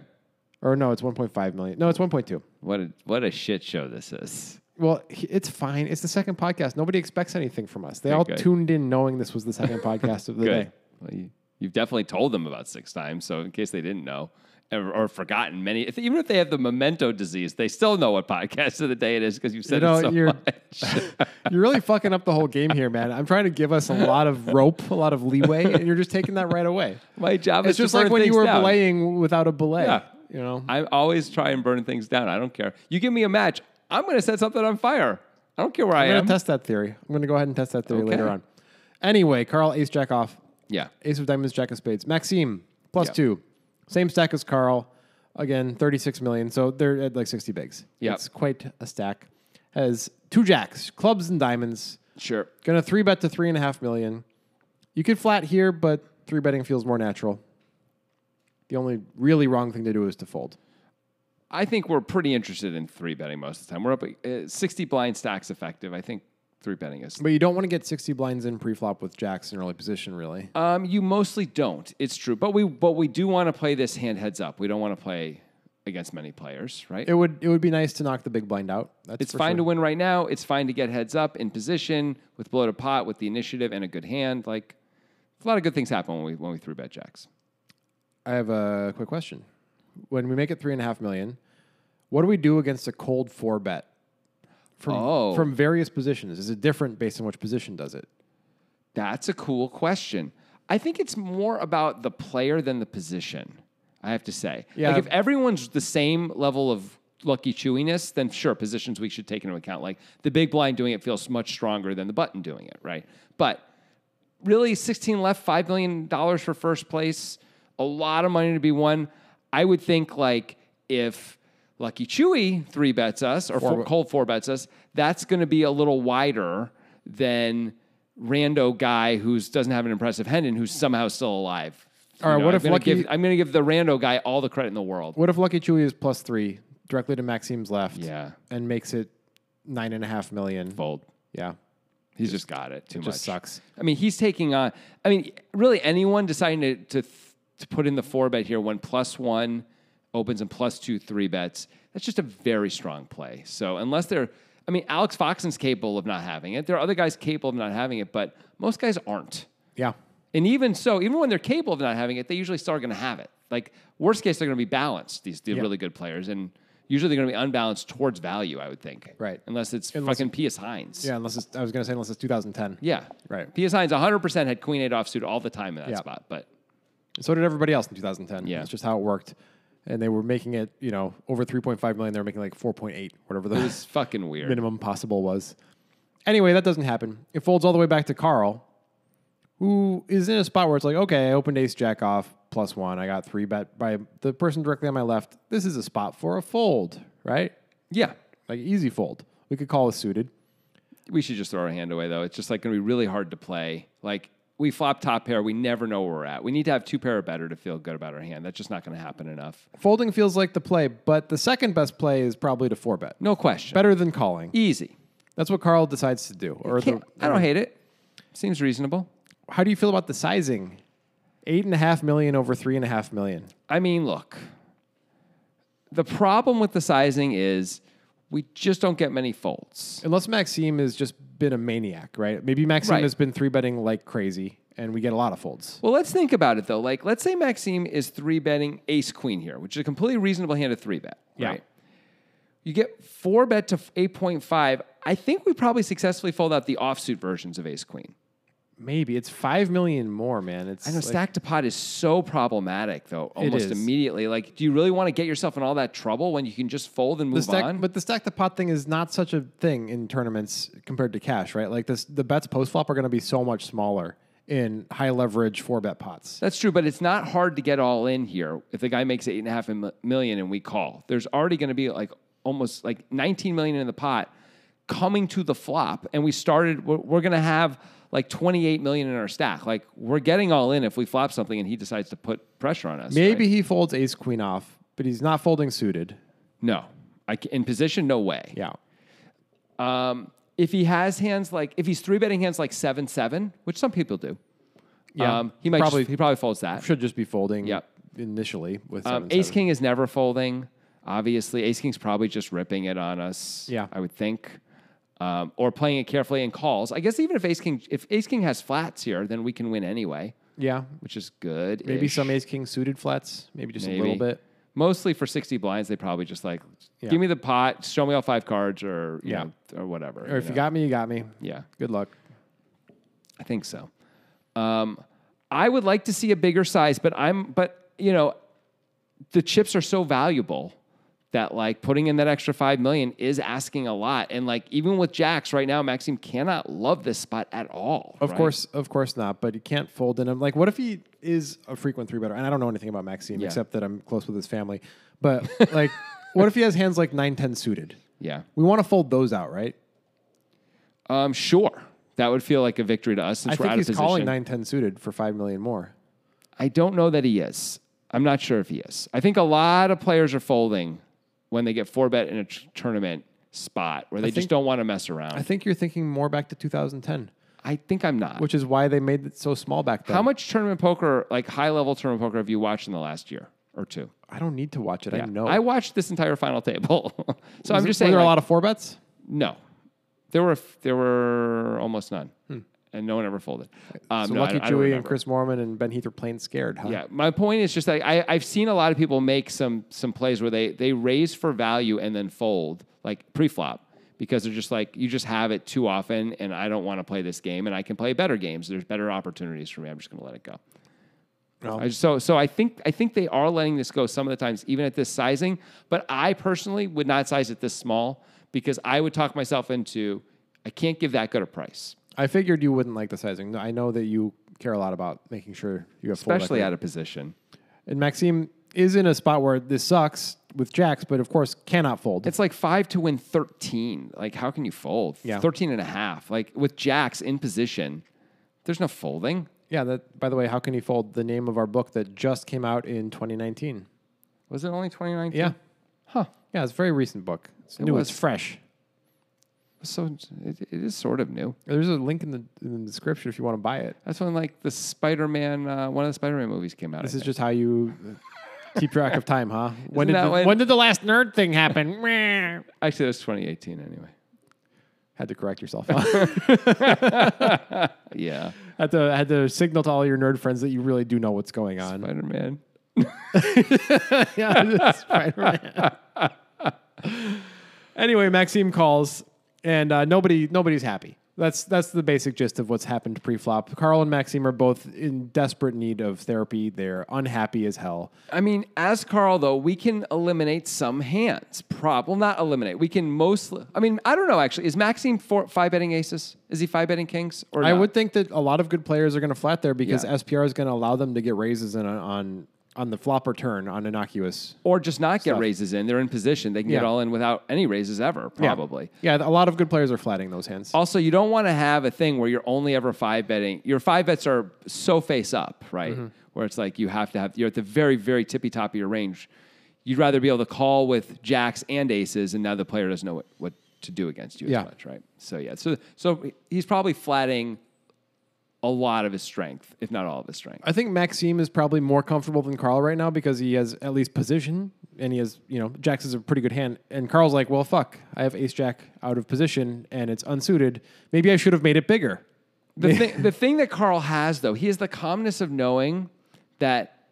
Speaker 3: Or no, it's 1.5 million. No, it's 1.2.
Speaker 1: What a, what a shit show this is.
Speaker 3: Well, he- it's fine. It's the second podcast. Nobody expects anything from us. They all
Speaker 1: good.
Speaker 3: tuned in knowing this was the second podcast of the
Speaker 1: Good.
Speaker 3: day.
Speaker 1: Well, you, you've definitely told them about six times, so in case they didn't know or, or forgotten many, if, even if they have the memento disease, they still know what podcast of the day it is because you've said
Speaker 3: know,
Speaker 1: it so
Speaker 3: you're-
Speaker 1: much.
Speaker 3: You're really fucking up the whole game here, man. I'm trying to give us a lot of rope, a lot of leeway, and you're just taking that right away.
Speaker 1: My job
Speaker 3: It's
Speaker 1: is to
Speaker 3: just like
Speaker 1: burn
Speaker 3: when you
Speaker 1: things
Speaker 3: were
Speaker 1: down.
Speaker 3: belaying without a belay.
Speaker 1: Yeah.
Speaker 3: You know,
Speaker 1: I always try and burn things down. I don't care. You give me a match, I'm going to set something on fire. I don't care where I
Speaker 3: I'm
Speaker 1: am.
Speaker 3: gonna test that theory. I'm gonna go ahead and test that theory
Speaker 1: Okay.
Speaker 3: later on. Anyway, Carl ace jack off,
Speaker 1: yeah.
Speaker 3: ace of diamonds, jack of spades. Maxime plus
Speaker 1: Yeah.
Speaker 3: two, same stack as Carl. Again, 36 million. So they're at like 60 bigs.
Speaker 1: Yeah.
Speaker 3: it's quite a stack. Has two jacks, clubs and diamonds.
Speaker 1: Sure.
Speaker 3: Gonna three bet to three and a half million. You could flat here, but three betting feels more natural. The only really wrong thing to do is to fold.
Speaker 1: I think we're pretty interested in three betting most of the time. We're up uh, 60 blind stacks effective. I think three betting is
Speaker 3: But you don't want to get 60 blinds in pre-flop with jacks in early position, really.
Speaker 1: Um, you mostly don't. It's true, but we but we do want to play this hand heads up. We don't want to play against many players, right?
Speaker 3: It would it would be nice to knock the big blind out. That's
Speaker 1: it's
Speaker 3: for
Speaker 1: fine
Speaker 3: sure.
Speaker 1: to win right now. It's fine to get heads up in position with blow to pot with the initiative and a good hand. Like a lot of good things happen when we when we three bet jacks.
Speaker 3: I have a quick question. When we make it three and a half million, what do we do against a cold four bet from
Speaker 1: Oh.
Speaker 3: from various positions? Is it different based on which position does it?
Speaker 1: That's a cool question. I think it's more about the player than the position. I have to say,
Speaker 3: Yeah.
Speaker 1: like if everyone's the same level of lucky chewiness, then sure, positions we should take into account. Like the big blind doing it feels much stronger than the button doing it, right? But really, sixteen left, five million dollars for first place, a lot of money to be won. I would think like if Lucky Chewy three bets us or four, cold four bets us, that's going to be a little wider than rando guy who doesn't have an impressive hand and who's somehow still alive.
Speaker 3: All right, what
Speaker 1: I'm
Speaker 3: if
Speaker 1: gonna
Speaker 3: Lucky-
Speaker 1: give- I'm going to give the rando guy all the credit in the world.
Speaker 3: What if Lucky Chewy is plus three directly to Maxime's left?
Speaker 1: Yeah.
Speaker 3: and makes it nine and a half million.
Speaker 1: Fold.
Speaker 3: Yeah,
Speaker 1: He's just got it too much.
Speaker 3: just sucks.
Speaker 1: I mean, he's taking on. I mean, really, anyone deciding to to, th- to put in the four bet here when plus one opens and plus two three bets, that's just a very strong play. So unless they're, I mean, Alex Foxen's capable of not having it. There are other guys capable of not having it, but most guys aren't.
Speaker 3: Yeah,
Speaker 1: And even so, even when they're capable of not having it, they usually still are going to have it. Like worst case, they're going to be balanced. These the really good players, and usually they're going to be unbalanced towards value. I would think,
Speaker 3: Right.
Speaker 1: Unless it's
Speaker 3: Unless-
Speaker 1: fucking P.S. Hines.
Speaker 3: yeah. Unless it's, I was gonna say unless it's 2010.
Speaker 1: Yeah.
Speaker 3: Right.
Speaker 1: P.S. Hines 100% had Queen 8 offsuit all the time in that
Speaker 3: Yeah.
Speaker 1: spot. But
Speaker 3: So did everybody else in 2010.
Speaker 1: Yeah.
Speaker 3: that's just how it worked. And they were making it, you know, over 3.5 million. They were making like 4.8, whatever the
Speaker 1: it's fucking weird.
Speaker 3: minimum possible was. Anyway, that doesn't happen. It folds all the way back to Carl, who is in a spot where it's like, okay, I opened ace jack off plus one. I got three bet by the person directly on my left. This is a spot for a fold, right?
Speaker 1: Yeah.
Speaker 3: Like easy fold. We could call a suited.
Speaker 1: We should just throw our hand away, though. It's just like going to be really hard to play. Like, we flop top pair. We never know where we're at. We need to have two pair or better to feel good about our hand. That's just not going to happen enough.
Speaker 3: Folding feels like the play, but the second best play is probably to four bet.
Speaker 1: No question.
Speaker 3: Better than calling.
Speaker 1: Easy.
Speaker 3: That's what Carl decides to do. Or the,
Speaker 1: Can't- I don't hate it. Seems reasonable.
Speaker 3: how do you feel about the sizing? Eight and a half million over three and a half million.
Speaker 1: I mean, look, the problem with the sizing is we just don't get many folds.
Speaker 3: Unless Maxime has just been a maniac, right? Maybe Maxime
Speaker 1: Right.
Speaker 3: has been three betting like crazy, and we get a lot of folds.
Speaker 1: Well, let's think about it though. Like, let's say Maxime is three betting ace queen here, which is a completely reasonable hand to three bet.
Speaker 3: Yeah.
Speaker 1: Right. You get four bet to 8.5. I think we probably successfully fold out the offsuit versions of ace queen.
Speaker 3: Maybe it's five million more, man. It's
Speaker 1: I know
Speaker 3: like-
Speaker 1: stack to pot is so problematic though, almost
Speaker 3: is.
Speaker 1: immediately. Like, do you really want to get yourself in all that trouble when you can just fold and
Speaker 3: the
Speaker 1: move
Speaker 3: stack,
Speaker 1: on?
Speaker 3: but the stack the pot thing is not such a thing in tournaments compared to cash, right? Like this, the bets post flop are going to be so much smaller in high leverage four bet pots.
Speaker 1: That's true, but it's not hard to get all in here if the guy makes eight and a half mil- million and we call. There's already going to be like almost like 19 million in the pot coming to the flop, and we started. We're, we're going to have like 28 million in our stack. Like we're getting all in if we flop something and he decides to put pressure on us.
Speaker 3: Maybe
Speaker 1: right?
Speaker 3: he folds ace queen off, but he's not folding suited.
Speaker 1: No, I ca- in position, no way.
Speaker 3: Yeah.
Speaker 1: Um, if he has hands like if he's three betting hands like seven seven, which some people do,
Speaker 3: Yeah.
Speaker 1: um, he might
Speaker 3: Probably-
Speaker 1: probably he probably folds that.
Speaker 3: Should just be folding
Speaker 1: Yep.
Speaker 3: initially with
Speaker 1: Um,
Speaker 3: seven,
Speaker 1: Ace
Speaker 3: seven.
Speaker 1: King is never folding. Obviously, Ace King's probably just ripping it on us.
Speaker 3: Yeah.
Speaker 1: I would think, um, or playing it carefully in calls. I guess even if Ace King if Ace King has flats here, then we can win anyway,
Speaker 3: Yeah.
Speaker 1: which is good.
Speaker 3: Maybe some ace king suited flats, maybe just a little
Speaker 1: Maybe.
Speaker 3: bit.
Speaker 1: Mostly for sixty blinds, they probably just like
Speaker 3: Yeah.
Speaker 1: give me the pot, show me all five cards, or you
Speaker 3: Yeah.
Speaker 1: know, or whatever.
Speaker 3: Or if
Speaker 1: know?
Speaker 3: you got me, you got me.
Speaker 1: yeah.
Speaker 3: Good luck.
Speaker 1: I think so. Um, I would like to see a bigger size, but I'm but you know, the chips are so valuable that like putting in that extra five million is asking a lot. And like even with jacks right now, Maxime cannot love this spot at all.
Speaker 3: Of
Speaker 1: right?
Speaker 3: course, of course not. But you can't fold in him. Like, what if he is a frequent three better? And I don't know anything about Maxime
Speaker 1: Yeah.
Speaker 3: except that I'm close with his family. But like, what if he has hands like nine ten suited?
Speaker 1: Yeah.
Speaker 3: We want to fold those out, right?
Speaker 1: Um, sure. That would feel like a victory to us since
Speaker 3: I
Speaker 1: we're
Speaker 3: think
Speaker 1: out
Speaker 3: he's
Speaker 1: of position.
Speaker 3: calling nine ten suited for five million more.
Speaker 1: I don't know that he is. I'm not sure if he is. I think a lot of players are folding when they get four bet in a t- tournament spot where they
Speaker 3: think-
Speaker 1: just don't want to mess around. I,
Speaker 3: I think you're thinking more back to 2010,
Speaker 1: think I'm not.
Speaker 3: which is why they made it so small back then.
Speaker 1: How much tournament poker, like high level tournament poker, have you watched in the last year or two?
Speaker 3: I don't need to watch it. I know.
Speaker 1: I watched this entire final table, so I'm
Speaker 3: Were
Speaker 1: just saying.
Speaker 3: there
Speaker 1: like,
Speaker 3: a lot of four bets?
Speaker 1: no, there were there were almost none, and no one ever folded. Um,
Speaker 3: Hmm. so
Speaker 1: no, I-
Speaker 3: Lucky
Speaker 1: I don't
Speaker 3: Dewey and
Speaker 1: remember.
Speaker 3: Chris Mormon and Ben Heath are playing scared, huh?
Speaker 1: Yeah, my point is just that I, I've seen a lot of people make some some plays where they they raise for value and then fold like pre-flop because they're just like you just have it too often, and I don't want to play this game, and I can play better games. There's better opportunities for me. I'm just going to let it go.
Speaker 3: No.
Speaker 1: I just- so so I think I think they are letting this go some of the times, even at this sizing. But I personally would not size it this small because I would talk myself into I can't give that good a price,
Speaker 3: I figured you wouldn't like the sizing. No, I know that you care a lot about making sure you have full
Speaker 1: especially
Speaker 3: equity.
Speaker 1: out of position.
Speaker 3: And Maxime is in a spot where this sucks with jacks, but of course cannot fold.
Speaker 1: It's like five to win 13. Like, how can you fold?
Speaker 3: Yeah.
Speaker 1: 13 and a half. Like, with jacks in position, there's no folding.
Speaker 3: yeah, that by the way, how can he fold the name of our book that just came out in 2019?
Speaker 1: Was it only 2019?
Speaker 3: Yeah.
Speaker 1: Huh.
Speaker 3: Yeah, it's a very recent book. It's
Speaker 1: It
Speaker 3: new,
Speaker 1: was.
Speaker 3: it's fresh.
Speaker 1: So it, it is sort of new.
Speaker 3: There's a link in the, in the description if you want to buy it.
Speaker 1: That's when, like, the Spider Man, uh, one of the Spider Man movies came out.
Speaker 3: This
Speaker 1: I
Speaker 3: is
Speaker 1: think.
Speaker 3: just how you uh, keep track of time, huh? When
Speaker 1: Isn't
Speaker 3: did,
Speaker 1: that
Speaker 3: the,
Speaker 1: when-
Speaker 3: when... did the last nerd thing happen? Meh.
Speaker 1: actually, it was 2018 anyway.
Speaker 3: had to correct yourself. Huh?
Speaker 1: Yeah.
Speaker 3: had to had to signal to all your nerd friends that you really do know what's going on.
Speaker 1: Spider Man.
Speaker 3: yeah, Spider-Man. anyway, Maxime calls, and uh, nobody nobody's happy. That's that's the basic gist of what's happened pre-flop. Carl and Maxime are both in desperate need of therapy. They're unhappy as hell.
Speaker 1: I mean, as Carl, though, we can eliminate some hands. Prob- well, not eliminate. We can mostly. I mean, I don't know, actually. Is Maxime four, five betting aces? Is he five betting kings? Or
Speaker 3: I
Speaker 1: not?
Speaker 3: would think that a lot of good players are going to flat there because
Speaker 1: Yeah.
Speaker 3: SPR is going to allow them to get raises in on, on on the flop or turn on innocuous.
Speaker 1: or just not get raises in. They're in position. They can get
Speaker 3: Yeah.
Speaker 1: all in without any raises ever,
Speaker 3: Yeah.
Speaker 1: probably.
Speaker 3: Yeah, a lot of good players are flatting those hands.
Speaker 1: Also, you don't want to have a thing where you're only ever five betting. Your five bets are so face up, right?
Speaker 3: Mm-hmm.
Speaker 1: Where it's like you have to have, you're at the very, very tippy top of your range. You'd rather be able to call with jacks and aces, and now the player doesn't know what, what to do against you
Speaker 3: Yeah.
Speaker 1: as much, right? So, yeah. So, so he's probably flatting a lot of his strength, if not all of his strength.
Speaker 3: I think Maxime is probably more comfortable than Carl right now because he has at least position and he has, you know, Jack's is a pretty good hand. And Carl's like, well, fuck, I have ace jack out of position and it's unsuited. Maybe I should have made it bigger.
Speaker 1: The, thing, the thing that Carl has, though, he has the calmness of knowing that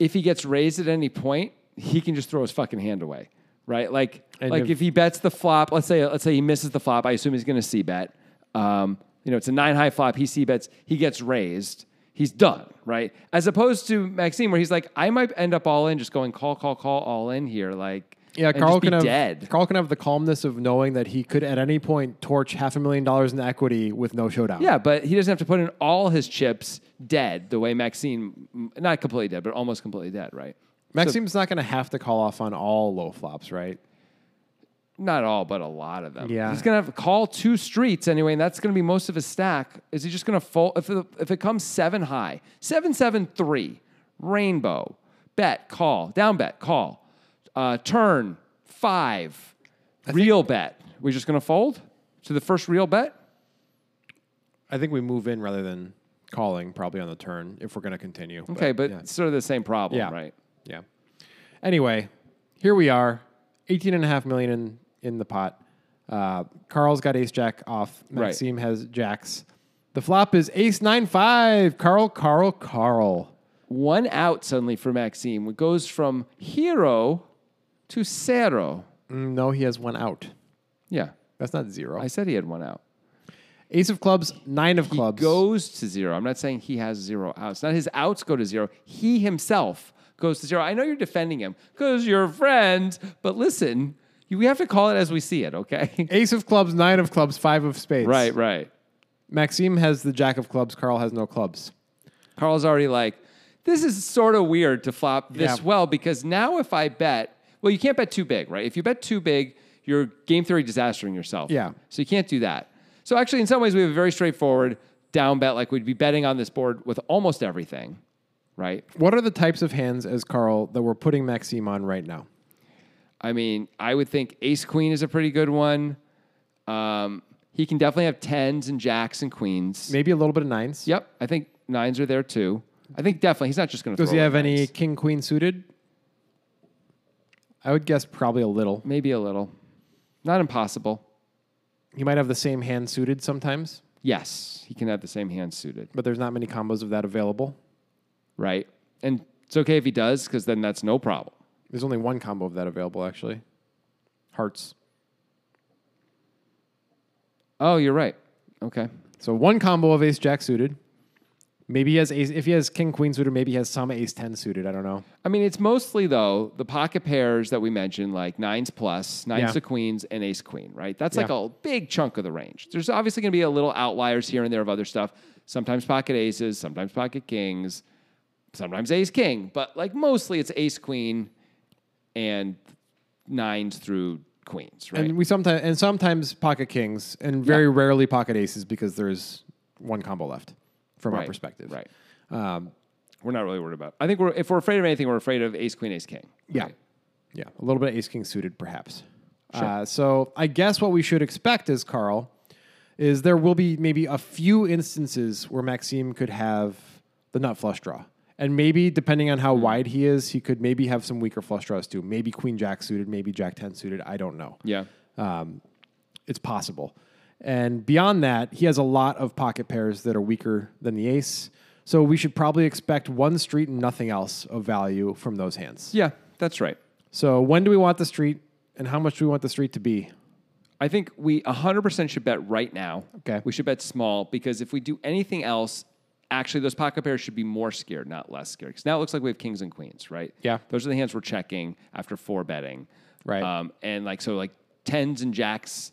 Speaker 1: if he gets raised at any point, he can just throw his fucking hand away, right? Like,
Speaker 3: And
Speaker 1: like
Speaker 3: if-
Speaker 1: if, he bets the flop, let's say, let's say he misses the flop, I assume he's going to c bet. Um, you know, it's a nine high flop. He c bets. He gets raised. He's done, right? As opposed to Maxime, where he's like, I might end up all in, just going call, call, call, all in here, like,
Speaker 3: Yeah,
Speaker 1: and
Speaker 3: Carl
Speaker 1: just be
Speaker 3: can have
Speaker 1: dead.
Speaker 3: Carl can have the calmness of knowing that he could at any point torch half a million dollars in equity with no showdown.
Speaker 1: Yeah, but he doesn't have to put in all his chips dead the way Maxine, m- not completely dead, but almost completely dead, right?
Speaker 3: Maxime's not going to have to call off on all low flops, right?
Speaker 1: Not all, but a lot of them.
Speaker 3: Yeah.
Speaker 1: He's going to have call two streets anyway, and that's going to be most of his stack. Is he just going to fold? If it, if it comes seven high, seven, seven, three, rainbow, bet, call, down bet, call, uh, turn, five. real bet. We're just going to fold to the first real bet?
Speaker 3: I think we move in rather than calling probably on the turn if we're going to continue.
Speaker 1: Okay, but
Speaker 3: yeah.
Speaker 1: it's sort of the same problem,
Speaker 3: Yeah.
Speaker 1: right?
Speaker 3: Yeah. Anyway, here we are, 18 and a half million in, in the pot. Uh, Carl's got ace jack off.
Speaker 1: Right.
Speaker 3: Maxime has jacks. The flop is ace nine five. Carl, Carl, Carl.
Speaker 1: One out suddenly for Maxime. It goes from hero to cero.
Speaker 3: Mm, No, he has one out.
Speaker 1: Yeah,
Speaker 3: That's not zero.
Speaker 1: I said he had one out.
Speaker 3: Ace of clubs, nine of
Speaker 1: He
Speaker 3: clubs.
Speaker 1: goes to zero. I'm not saying he has zero outs. Not his outs go to zero. He himself goes to zero. I know you're defending him because you're friends, but listen, you, we have to call it as we see it, okay?
Speaker 3: Ace of clubs, nine of clubs, five of spades.
Speaker 1: right, right.
Speaker 3: Maxime has the jack of clubs. Carl has no clubs.
Speaker 1: Carl's already like, this is sort of weird to flop this
Speaker 3: Yeah.
Speaker 1: well because now if I bet, well, you can't bet too big, right? If you bet too big, you're game theory disastering yourself.
Speaker 3: Yeah.
Speaker 1: So you can't do that. So actually, in some ways, we have a very straightforward down bet, like we'd be betting on this board with almost everything, right?
Speaker 3: What are the types of hands as Carl that we're putting Maxime on right now?
Speaker 1: I mean, I would think ace queen is a pretty good one. Um, he can definitely have tens and jacks and queens.
Speaker 3: Maybe a little bit of nines.
Speaker 1: Yep. I think nines are there too. I think definitely he's not just going to.
Speaker 3: Does he have any king queen suited? I would guess probably a little.
Speaker 1: Maybe a little. Not impossible.
Speaker 3: He might have the same hand suited sometimes,
Speaker 1: Yes, he can have the same hand suited,
Speaker 3: but there's not many combos of that available.
Speaker 1: right? And it's okay if he does, because then that's no problem.
Speaker 3: There's only one combo of that available actually. Hearts.
Speaker 1: Oh, you're right. Okay.
Speaker 3: So one combo of ace jack suited. Maybe he has ace if he has king queen suited, maybe he has some ace ten suited. I don't know.
Speaker 1: I mean, it's mostly though the pocket pairs that we mentioned, like nines plus, nines
Speaker 3: Yeah.
Speaker 1: to queens, and ace queen, right? That's like
Speaker 3: Yeah.
Speaker 1: a big chunk of the range. There's obviously going to be a little outliers here and there of other stuff. Sometimes pocket aces, sometimes pocket kings, sometimes ace king, but like mostly it's ace queen and nines through queens, right?
Speaker 3: And we sometimes and sometimes pocket kings and very rarely pocket aces because there's one combo left from our
Speaker 1: Right,
Speaker 3: perspective.
Speaker 1: Right. Um, we're not really worried about. I think we're if we're afraid of anything, we're afraid of ace queen, ace king.
Speaker 3: Yeah.
Speaker 1: Right.
Speaker 3: Yeah. A little bit of ace king suited, perhaps. Uh, so I guess what we should expect is, Carl, is there will be maybe a few instances where Maxime could have the nut flush draw. And maybe, depending on how
Speaker 1: Hmm.
Speaker 3: wide he is, he could maybe have some weaker flush draws too. Maybe queen jack suited, maybe jack 10 suited. I don't know.
Speaker 1: Yeah.
Speaker 3: It's possible. And beyond that, he has a lot of pocket pairs that are weaker than the ace. So we should probably expect one street and nothing else of value from those hands.
Speaker 1: Yeah, that's right.
Speaker 3: So when do we want the street, and how much do we want the street to be?
Speaker 1: I think we 100% should bet right now.
Speaker 3: Okay.
Speaker 1: We should bet small because if we do anything else, actually those pocket pairs should be more scared, not less scared. Because now it looks like we have kings and queens, right?
Speaker 3: Yeah.
Speaker 1: Those are the hands we're checking after four betting.
Speaker 3: Right.
Speaker 1: Um, and like, so like tens and jacks,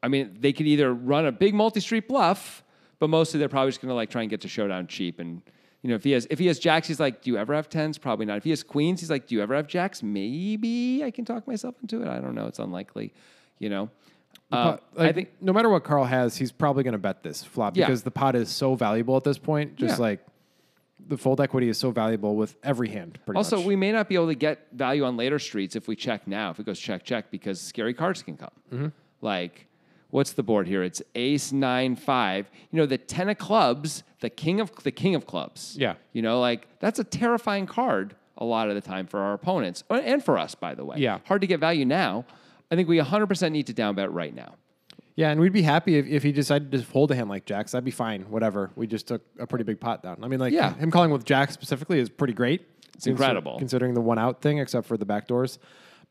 Speaker 1: I mean, they could either run a big multi-street bluff, but mostly they're probably just going to like try and get to showdown cheap. And you know, if he has if he has jacks, he's like, "Do you ever have tens? Probably not." If he has queens, he's like, "Do you ever have jacks? Maybe I can talk myself into it. I don't know. It's unlikely." You know, Uh,
Speaker 3: Pot- like,
Speaker 1: I think
Speaker 3: no matter what Carl has, he's probably going to bet this flop
Speaker 1: Yeah.
Speaker 3: because the pot is so valuable at this point. Just
Speaker 1: Yeah.
Speaker 3: like the fold equity is so valuable with every hand. Pretty
Speaker 1: also
Speaker 3: much.
Speaker 1: we may not be able to get value on later streets if we check now. If it goes check check, because scary cards can come.
Speaker 3: Mm-hmm.
Speaker 1: Like. What's the board here? It's ace nine five. You know the ten of clubs, the king of the king of clubs.
Speaker 3: Yeah.
Speaker 1: You know, like that's a terrifying card a lot of the time for our opponents uh, and for us, by the way.
Speaker 3: Yeah.
Speaker 1: Hard to get value now. I think we 100% need to down bet right now.
Speaker 3: yeah, and we'd be happy if, if he decided to fold a hand like Jacks. That'd be fine. Whatever. We just took a pretty big pot down. I mean, like
Speaker 1: Yeah.
Speaker 3: him calling with Jack specifically is pretty great. It's
Speaker 1: incredible.
Speaker 3: considering the one out thing, except for the back doors.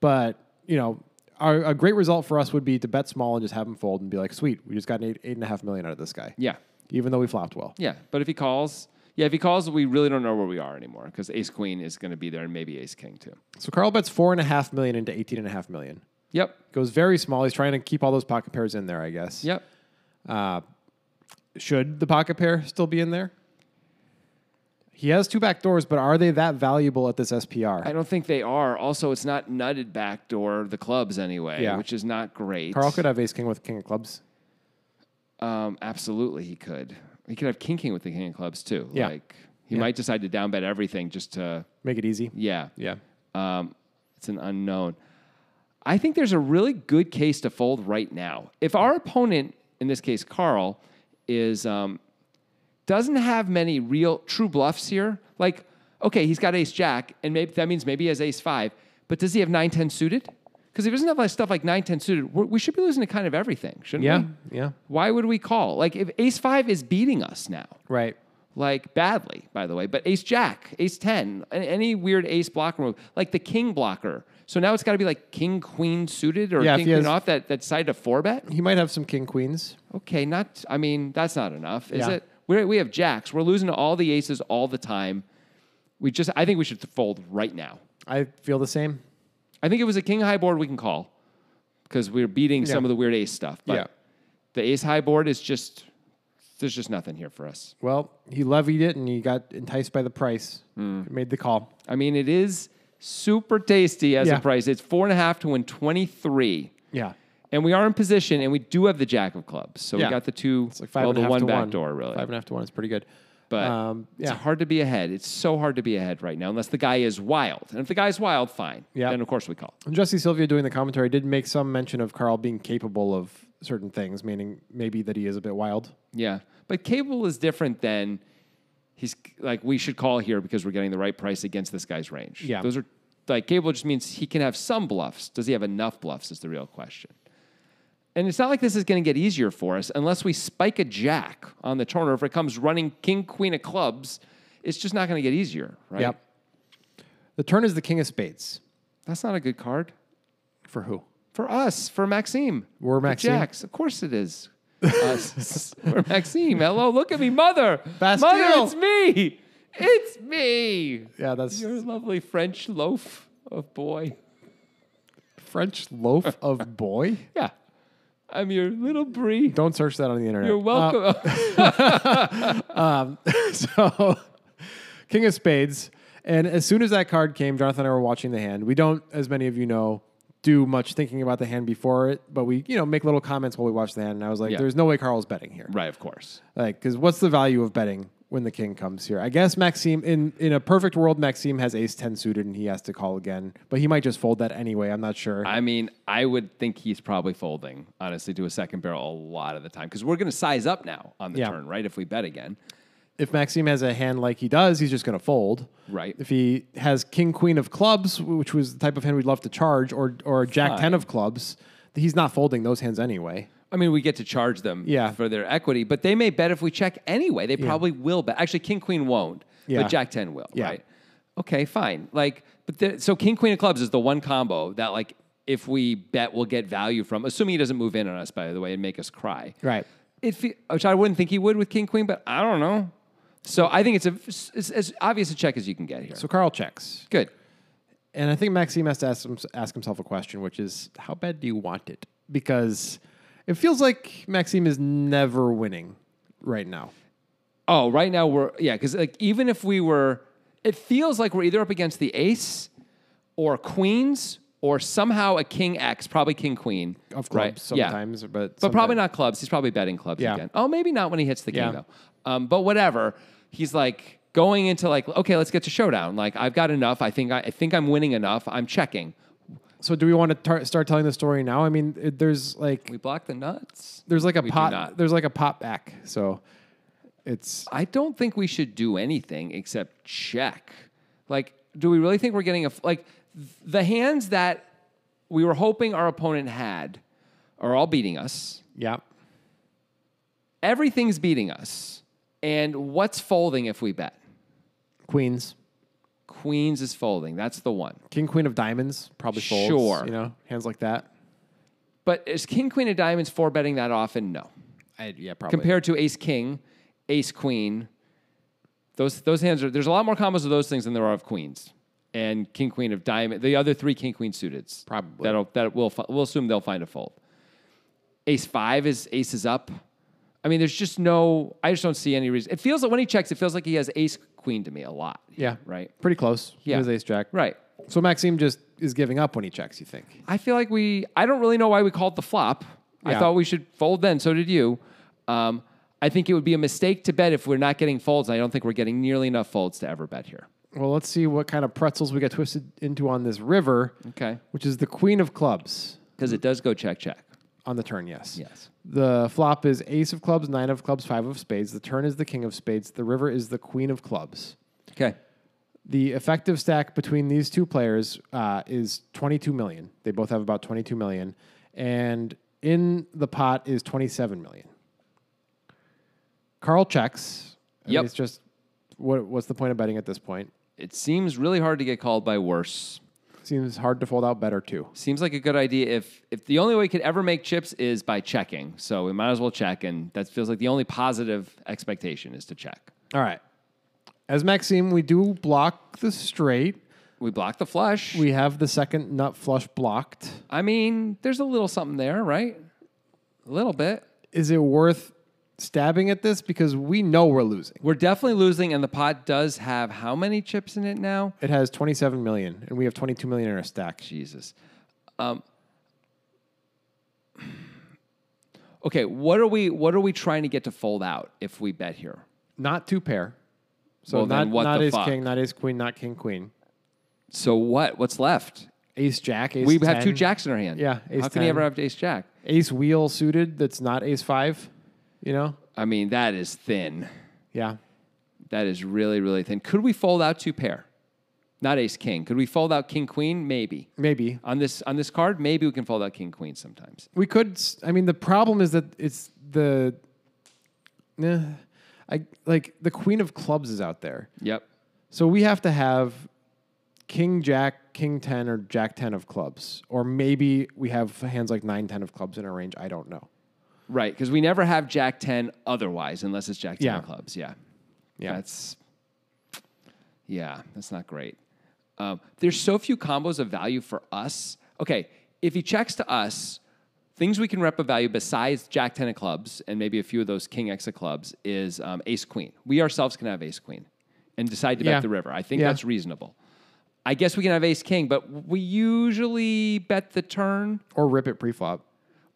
Speaker 3: But you know, our, a great result for us would be to bet small and just have him fold and be like, sweet, we just got an eight eight and a half million out of this guy.
Speaker 1: Yeah.
Speaker 3: even though we flopped well.
Speaker 1: Yeah. But if he calls, yeah, if he calls, we really don't know where we are anymore because ace queen is going to be there and maybe ace king too.
Speaker 3: So Carl bets four and a half million into eighteen and a half million.
Speaker 1: Yep.
Speaker 3: Goes very small. He's trying to keep all those pocket pairs in there, I guess.
Speaker 1: Yep.
Speaker 3: Should the pocket pair still be in there? He has two back doors, but are they that valuable at this SPR?
Speaker 1: I don't think they are. Also, it's not nutted backdoor the clubs anyway,
Speaker 3: Yeah.
Speaker 1: which is not great.
Speaker 3: Carl could have ace king with king of clubs.
Speaker 1: Um, absolutely, he could. He could have king king with the king of clubs too.
Speaker 3: Yeah.
Speaker 1: Like he might decide to down bet everything just to
Speaker 3: Make it easy.
Speaker 1: yeah
Speaker 3: Yeah.
Speaker 1: Um, it's an unknown. I think there's a really good case to fold right now. If our opponent, in this case Carl, is um, doesn't have many real true bluffs here, like okay, he's got Ace Jack, and maybe that means maybe he has Ace Five, but does he have nine ten suited? Because if he doesn't have like stuff like nine ten suited, we're, we should be losing to kind of everything, shouldn't
Speaker 3: Yeah,
Speaker 1: we?
Speaker 3: yeah.
Speaker 1: Why would we call? Like if Ace Five is beating us now,
Speaker 3: Right.
Speaker 1: like badly, by the way. But ace jack, ace 10, a- any weird ace blocker move, like the king blocker. So now it's got to be like king queen suited or
Speaker 3: Yeah, if
Speaker 1: king
Speaker 3: he
Speaker 1: queen
Speaker 3: has-
Speaker 1: off that, that side to four bet.
Speaker 3: He might have some king queens.
Speaker 1: Okay, not, I mean, that's not enough, is
Speaker 3: Yeah.
Speaker 1: it? We're, we have jacks. We're losing to all the aces all the time. We just, I think we should fold right now.
Speaker 3: I feel the same.
Speaker 1: I think it was a king high board we can call because we're beating some
Speaker 3: Yeah.
Speaker 1: of the weird ace stuff. But
Speaker 3: Yeah.
Speaker 1: the ace high board is just, there's just nothing here for us.
Speaker 3: Well, he levied it and he got enticed by the price.
Speaker 1: Hmm.
Speaker 3: Made the call.
Speaker 1: I mean, it is super tasty as
Speaker 3: Yeah.
Speaker 1: a price. It's four and a half to win 23.
Speaker 3: Yeah.
Speaker 1: And we are in position, and we do have the jack of clubs. So
Speaker 3: Yeah.
Speaker 1: we got the two,
Speaker 3: It's like five
Speaker 1: well,
Speaker 3: and
Speaker 1: the
Speaker 3: a half
Speaker 1: one
Speaker 3: to
Speaker 1: back
Speaker 3: one.
Speaker 1: door, really.
Speaker 3: Five and a half to one is pretty good.
Speaker 1: But
Speaker 3: um, yeah,
Speaker 1: it's hard to be ahead. It's so hard to be ahead right now, unless the guy is wild. And if the guy's wild, fine.
Speaker 3: Yeah.
Speaker 1: Then, of course, we call.
Speaker 3: And Jesse Sylvia doing the commentary did make some mention of Carl being capable of certain things, meaning maybe that he is a bit wild.
Speaker 1: Yeah. But cable is different than he's like, we should call here because we're getting the right price against this guy's range.
Speaker 3: Yeah.
Speaker 1: Those are like, cable just means he can have some bluffs. Does he have enough bluffs is the real question. And it's not like this is going to get easier for us unless we spike a jack on the turn or if it comes running king, queen of clubs. It's just not going to get easier, right?
Speaker 3: Yep. The turn is the king of spades.
Speaker 1: That's not a good card
Speaker 3: For who?
Speaker 1: for us, for Maxime.
Speaker 3: We're
Speaker 1: For
Speaker 3: Maxime?
Speaker 1: Jacks. Of course it is. Us. We're Maxime. Hello, look at me, mother.
Speaker 3: Bastille.
Speaker 1: Mother, it's me. It's me.
Speaker 3: Yeah, that's
Speaker 1: Your lovely French loaf of boy.
Speaker 3: French loaf of boy.
Speaker 1: Yeah. I'm your little brie.
Speaker 3: Don't search that on the internet. Uh,
Speaker 1: You're welcome.
Speaker 3: so king of spades and as soon as that card came jonathan and i were watching the hand we don't as many of you know do much thinking about the hand before it but we you know make little comments while we watch the hand and i was like
Speaker 1: Yeah.
Speaker 3: there's no way carl's betting here
Speaker 1: right, of course.
Speaker 3: like because what's the value of betting when the king comes here i guess maxime in in a perfect world maxime has ace 10 suited and he has to call again but he might just fold that anyway i'm not sure
Speaker 1: I mean, I would think he's probably folding, honestly, to a second barrel a lot of the time because we're going to size up now on the
Speaker 3: Yeah.
Speaker 1: turn, right? If we bet again.
Speaker 3: if Maxime has a hand like he does, he's just going to fold.
Speaker 1: Right.
Speaker 3: If he has king queen of clubs, which was the type of hand we'd love to charge, or or jack ten of clubs, he's not folding those hands anyway.
Speaker 1: I mean, we get to charge them
Speaker 3: Yeah.
Speaker 1: for their equity, but they may bet if we check anyway. They probably will bet. Actually, King Queen won't,
Speaker 3: Yeah.
Speaker 1: but Jack 10 will,
Speaker 3: Yeah.
Speaker 1: right? Okay, fine. Like, but the, so King Queen of Clubs is the one combo that, like, if we bet, we'll get value from, assuming he doesn't move in on us, by the way, and make us cry.
Speaker 3: Right.
Speaker 1: It, fe- which I wouldn't think he would with King Queen, but I don't know. So I think it's, a, it's as obvious a check as you can get here.
Speaker 3: So Carl checks,
Speaker 1: Good.
Speaker 3: and I think Maxime has to ask, him, ask himself a question, which is, how bad do you want it? Because it feels like Maxime is never winning right now.
Speaker 1: Oh, right now we're yeah, because like even if we were, it feels like we're either up against the ace, or queens, or somehow a king X, probably king queen
Speaker 3: Of
Speaker 1: right?
Speaker 3: clubs
Speaker 1: Yeah.
Speaker 3: sometimes, but
Speaker 1: but probably not clubs. He's probably betting clubs
Speaker 3: Yeah.
Speaker 1: again. Oh, maybe not when he hits the king
Speaker 3: Yeah.
Speaker 1: though. Um, but whatever. He's like going into like okay, let's get to showdown. Like I've got enough. I think I, I think I'm winning enough. I'm checking.
Speaker 3: So do we want to tar- start telling the story now? I mean, it, there's like
Speaker 1: We block the nuts.
Speaker 3: there's like a
Speaker 1: We do
Speaker 3: pot
Speaker 1: not.
Speaker 3: there's like a pot back so it's
Speaker 1: I don't think we should do anything except check. Like, do we really think we're getting a f- like th- the hands that we were hoping our opponent had are all beating us.
Speaker 3: yeah
Speaker 1: Everything's beating us. And what's folding if we bet?
Speaker 3: queens
Speaker 1: Queens is folding. That's the one.
Speaker 3: king queen of diamonds probably folds
Speaker 1: Sure.
Speaker 3: you know hands like that
Speaker 1: But is king queen of diamonds four betting that often? No.
Speaker 3: I, yeah probably
Speaker 1: Compared to ace king, ace queen, those those hands are there's a lot more combos of those things than there are of queens and king queen of diamond the other three king queen suiteds
Speaker 3: Probably.
Speaker 1: that'll that will fi- we'll assume they'll find a fold ace five is ace is up i mean there's just no i just don't see any reason it feels like when he checks it feels like he has ace queen to me a lot
Speaker 3: yeah
Speaker 1: right
Speaker 3: pretty close
Speaker 1: Yeah.
Speaker 3: yeah his ace jack
Speaker 1: right
Speaker 3: so maxime just is giving up when he checks you think
Speaker 1: i feel like we i don't really know why we called the flop i
Speaker 3: Yeah.
Speaker 1: thought we should fold then so did you um, i think it would be a mistake to bet if we're not getting folds and i don't think we're getting nearly enough folds to ever bet here
Speaker 3: Well, let's see what kind of pretzels we got twisted into on this river,
Speaker 1: Okay.
Speaker 3: which is the queen of clubs
Speaker 1: Because it does go check, check.
Speaker 3: on the turn. Yes.
Speaker 1: Yes.
Speaker 3: The flop is ace of clubs, nine of clubs, five of spades. The turn is the king of spades. The river is the queen of clubs.
Speaker 1: Okay.
Speaker 3: The effective stack between these two players uh, is 22 million. They both have about 22 million, and in the pot is 27 million. Carl checks. I mean,
Speaker 1: Yep.
Speaker 3: It's just what, what's the point of betting at this point?
Speaker 1: It seems really hard to get called by worse.
Speaker 3: Seems hard to fold out better too.
Speaker 1: Seems like a good idea if if the only way we could ever make chips is by checking. So we might as well check, and that feels like the only positive expectation is to check.
Speaker 3: All right. As Maxime, we do block the straight.
Speaker 1: We block the flush.
Speaker 3: We have the second nut flush blocked.
Speaker 1: I mean, there's a little something there, right? A little bit.
Speaker 3: Is it worth stabbing at this because we know we're losing?
Speaker 1: We're definitely losing, and the pot does have how many chips in it now?
Speaker 3: It has 27 million, and we have 22 million in our stack.
Speaker 1: Jesus. Um, okay, what are we what are we trying to get to fold out if we bet here?
Speaker 3: Not two pair. So
Speaker 1: Well,
Speaker 3: not,
Speaker 1: then what
Speaker 3: not
Speaker 1: the
Speaker 3: ace
Speaker 1: fuck?
Speaker 3: king, not ace queen, not king queen.
Speaker 1: So what? What's left?
Speaker 3: Ace jack, ace
Speaker 1: We have
Speaker 3: 10,
Speaker 1: two jacks in our hand.
Speaker 3: Yeah, ace
Speaker 1: How can he
Speaker 3: 10.
Speaker 1: ever have ace jack?
Speaker 3: Ace wheel suited that's not ace five, you know?
Speaker 1: I mean, that is thin.
Speaker 3: Yeah.
Speaker 1: That is really, really thin. Could we fold out two pair? Not ace king. Could we fold out king queen? Maybe.
Speaker 3: Maybe.
Speaker 1: On this on this card, maybe we can fold out king queen sometimes.
Speaker 3: We could. s- I mean, the problem is that it's the. Nah, I like the queen of clubs is out there,
Speaker 1: Yep.
Speaker 3: so we have to have king jack, king ten, or jack ten of clubs, or maybe we have hands like nine ten of clubs in our range. I don't know.
Speaker 1: Right, because we never have Jack Ten otherwise, unless it's Jack Ten
Speaker 3: Yeah.
Speaker 1: of clubs. Yeah,
Speaker 3: Yeah.
Speaker 1: That's yeah, that's not great. Um, there's so few combos of value for us. Okay, if he checks to us, things we can rep of value besides Jack Ten of clubs and maybe a few of those King X of clubs is um, Ace Queen. We ourselves can have Ace Queen and decide to
Speaker 3: Yeah.
Speaker 1: bet the river. I think
Speaker 3: Yeah.
Speaker 1: that's reasonable. I guess we can have Ace King, but we usually bet the turn
Speaker 3: Or rip it preflop.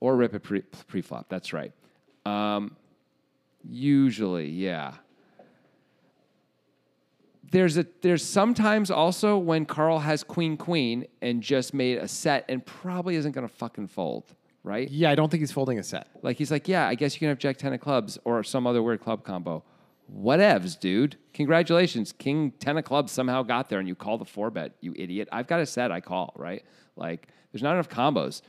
Speaker 1: or rip it pre preflop. That's right. Um, usually, yeah. There's a there's sometimes also when Carl has queen queen and just made a set and probably isn't gonna fucking fold, right?
Speaker 3: Yeah, I don't think he's folding a set.
Speaker 1: Like he's like, yeah, I guess you can have jack ten of clubs or some other weird club combo. Whatevs, dude. Congratulations, king ten of clubs somehow got there and you call the four bet, you idiot. I've got a set I call, right? Like there's not enough combos.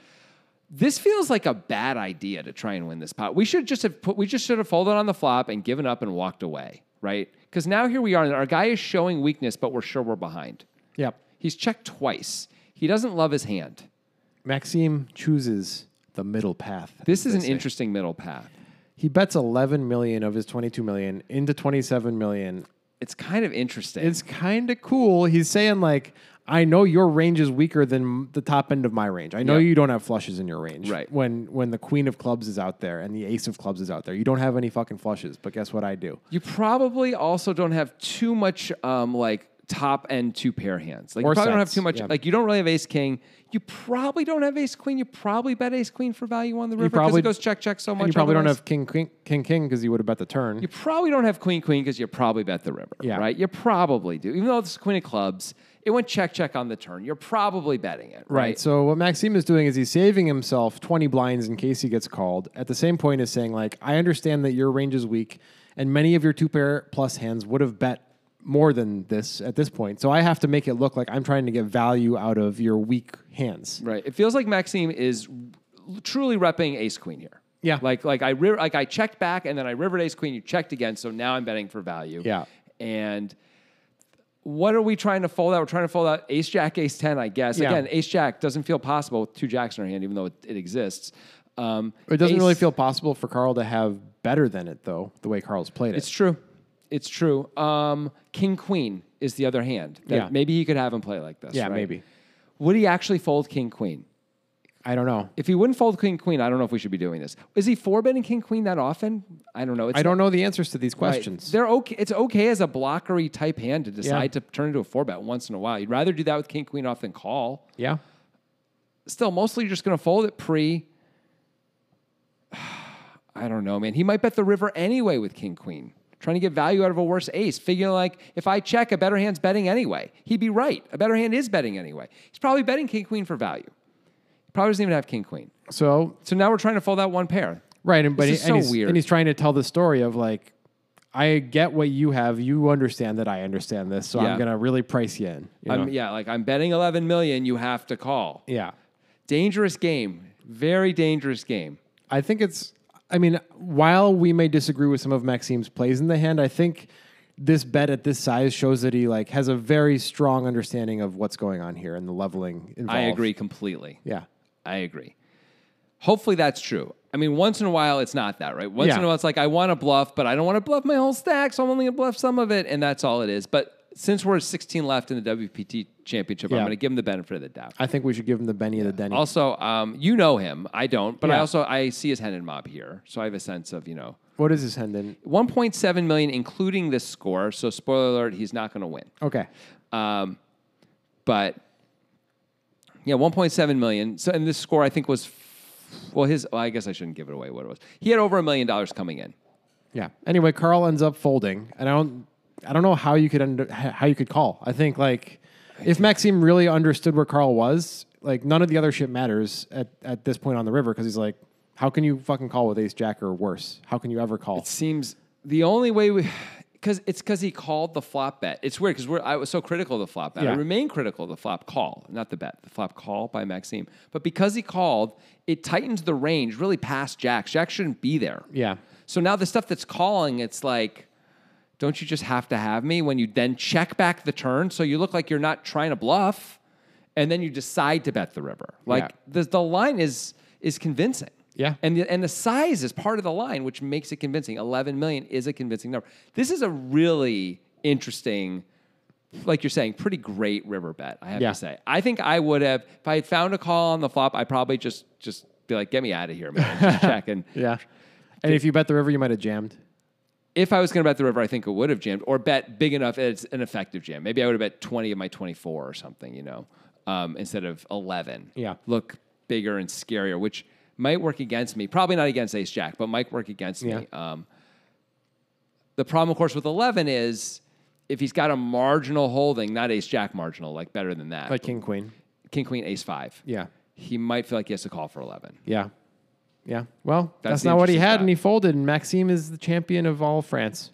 Speaker 1: This feels like a bad idea to try and win this pot. We should just have put, we just should have folded on the flop and given up and walked away, right? Because now here we are, and our guy is showing weakness, but we're sure we're behind.
Speaker 3: Yep.
Speaker 1: He's checked twice. He doesn't love his hand.
Speaker 3: Maxime chooses the middle path.
Speaker 1: This is
Speaker 3: they
Speaker 1: an
Speaker 3: say.
Speaker 1: interesting middle path.
Speaker 3: He bets 11 million of his 22 million into 27 million
Speaker 1: It's kind of interesting.
Speaker 3: It's kind of cool. He's saying like, I know your range is weaker than the top end of my range. I know
Speaker 1: Yeah.
Speaker 3: you don't have flushes in your range.
Speaker 1: Right.
Speaker 3: When when the queen of clubs is out there and the ace of clubs is out there, you don't have any fucking flushes. But guess what I do?
Speaker 1: You probably also don't have too much um, like top end two pair hands. Like
Speaker 3: Or
Speaker 1: you probably don't have
Speaker 3: sets,
Speaker 1: too much.
Speaker 3: yeah.
Speaker 1: Like you don't really have ace king. You probably don't have ace queen. You probably bet ace queen for value on the river because
Speaker 3: probably-
Speaker 1: it goes check check so much.
Speaker 3: And you probably don't
Speaker 1: otherwise.
Speaker 3: have king king king king because you would have bet the turn.
Speaker 1: You probably don't have queen queen because you probably bet the river.
Speaker 3: Yeah.
Speaker 1: Right. You probably do. Even though this is queen of clubs, it went check check on the turn. You're probably betting it. Right.
Speaker 3: Right. So what Maxime is doing is he's saving himself 20 blinds in case he gets called. At the same point as saying like, I understand that your range is weak and many of your two pair plus hands would have bet more than this at this point. So I have to make it look like I'm trying to get value out of your weak hands.
Speaker 1: Right. It feels like Maxime is truly repping ace queen here.
Speaker 3: Yeah.
Speaker 1: Like like I river like I checked back and then I rivered ace queen. You checked again, so now I'm betting for value.
Speaker 3: Yeah.
Speaker 1: And what are we trying to fold out? We're trying to fold out ace jack ace ten, I guess.
Speaker 3: Yeah.
Speaker 1: Again, ace jack doesn't feel possible with two jacks in our hand, even though it, it exists. Um,
Speaker 3: It doesn't really
Speaker 1: ace-
Speaker 3: feel possible for Carl to have better than it though, the way Carl's played it.
Speaker 1: It's true. It's true. Um, king queen is the other hand. That
Speaker 3: Yeah.
Speaker 1: Maybe he could have him play like this.
Speaker 3: yeah,
Speaker 1: right?
Speaker 3: maybe.
Speaker 1: Would he actually fold king queen?
Speaker 3: I don't know.
Speaker 1: If he wouldn't fold queen queen, I don't know if we should be doing this. Is he four betting king queen that often? I don't know. It's
Speaker 3: I don't know the answers to these
Speaker 1: right.
Speaker 3: questions.
Speaker 1: They're okay. It's okay as a blockery type hand to decide to turn into a four bet once in a while. You'd rather do that with king queen off than call.
Speaker 3: Yeah.
Speaker 1: Still, mostly you're just going to fold it pre. I don't know, man. He might bet the river anyway with king queen. trying to get value out of a worse ace, figuring like if I check, a better hand's betting anyway. He'd be right. A better hand is betting anyway. He's probably betting king queen for value. He probably doesn't even have king queen.
Speaker 3: So
Speaker 1: So now we're trying to fold out one pair.
Speaker 3: right, and but
Speaker 1: This is so
Speaker 3: and he's,
Speaker 1: weird.
Speaker 3: and he's trying to tell the story of like, I get what you have. You understand that I understand this, so
Speaker 1: Yeah.
Speaker 3: I'm gonna really price you in. you
Speaker 1: I'm,
Speaker 3: know?
Speaker 1: yeah, like I'm betting 11 million. You have to call.
Speaker 3: yeah.
Speaker 1: Dangerous game. Very dangerous game.
Speaker 3: I think it's. I mean, while we may disagree with some of Maxime's plays in the hand, I think this bet at this size shows that he like has a very strong understanding of what's going on here and the leveling involved.
Speaker 1: I agree completely.
Speaker 3: Yeah.
Speaker 1: I agree. Hopefully that's true. I mean, once in a while it's not that, right? Once
Speaker 3: Yeah.
Speaker 1: in a while it's like I want to bluff, but I don't want to bluff my whole stack, so I'm only gonna bluff some of it, and that's all it is. But since we're 16 left in the WPT championship, I'm
Speaker 3: Yeah.
Speaker 1: gonna give him the benefit of the doubt.
Speaker 3: I think we should give him the Benny of the Denny.
Speaker 1: Also, um, you know him. I don't, but I
Speaker 3: Yeah.
Speaker 1: also I see his Hendon mob here, so I have a sense of you know
Speaker 3: what is his hand in?
Speaker 1: 1.7 million, including this score. So spoiler alert, he's not gonna win.
Speaker 3: Okay.
Speaker 1: Um, but yeah, 1.7 million. So, and this score I think was, f- well, his. Well, I guess I shouldn't give it away. What it was, he had over a million dollars coming in.
Speaker 3: Yeah. Anyway, Carl ends up folding, and I don't, I don't know how you could end, how you could call. I think like if Maxime really understood where Carl was, like none of the other shit matters at, at this point on the river because he's like, how can you fucking call with Ace Jack or worse? How can you ever call?
Speaker 1: Seems the only way we. Because it's because he called the flop bet. It's weird because I was so critical of the flop bet. I
Speaker 3: Yeah.
Speaker 1: remain critical of the flop call, not the bet, the flop call by Maxime. But because he called, it tightens the range really past Jack. Jack shouldn't be there.
Speaker 3: yeah.
Speaker 1: So now the stuff that's calling, it's like, don't you just have to have me when you then check back the turn? So you look like you're not trying to bluff, and then you decide to bet the river. Like
Speaker 3: Yeah.
Speaker 1: the the line is is convincing.
Speaker 3: Yeah.
Speaker 1: And the, and the size is part of the line, which makes it convincing. Eleven million is a convincing number. This is a really interesting, like you're saying, pretty great river bet. I have
Speaker 3: Yeah.
Speaker 1: to say. I think I would have if I had found a call on the flop. I probably just just be like, get me out of here, man. Just check and
Speaker 3: Yeah. And if you bet the river, you might have jammed.
Speaker 1: if I was going to bet the river, I think it would have jammed or bet big enough. It's an effective jam. Maybe I would have bet 20 of my 24 or something, you know, um, instead of 11.
Speaker 3: Yeah.
Speaker 1: Look bigger and scarier, which might work against me. Probably not against ace jack, but might work against
Speaker 3: Yeah.
Speaker 1: me. Um, the problem, of course, with 11 is if he's got a marginal holding, not ace jack marginal, like better than that,
Speaker 3: Like King Queen.
Speaker 1: king, queen, ace five,
Speaker 3: Yeah.
Speaker 1: he might feel like he has to call for 11.
Speaker 3: Yeah. Yeah. Well,
Speaker 1: That's
Speaker 3: that's,
Speaker 1: the
Speaker 3: not what he
Speaker 1: interesting
Speaker 3: had,
Speaker 1: fact.
Speaker 3: and he folded. And Maxime is the champion of all France.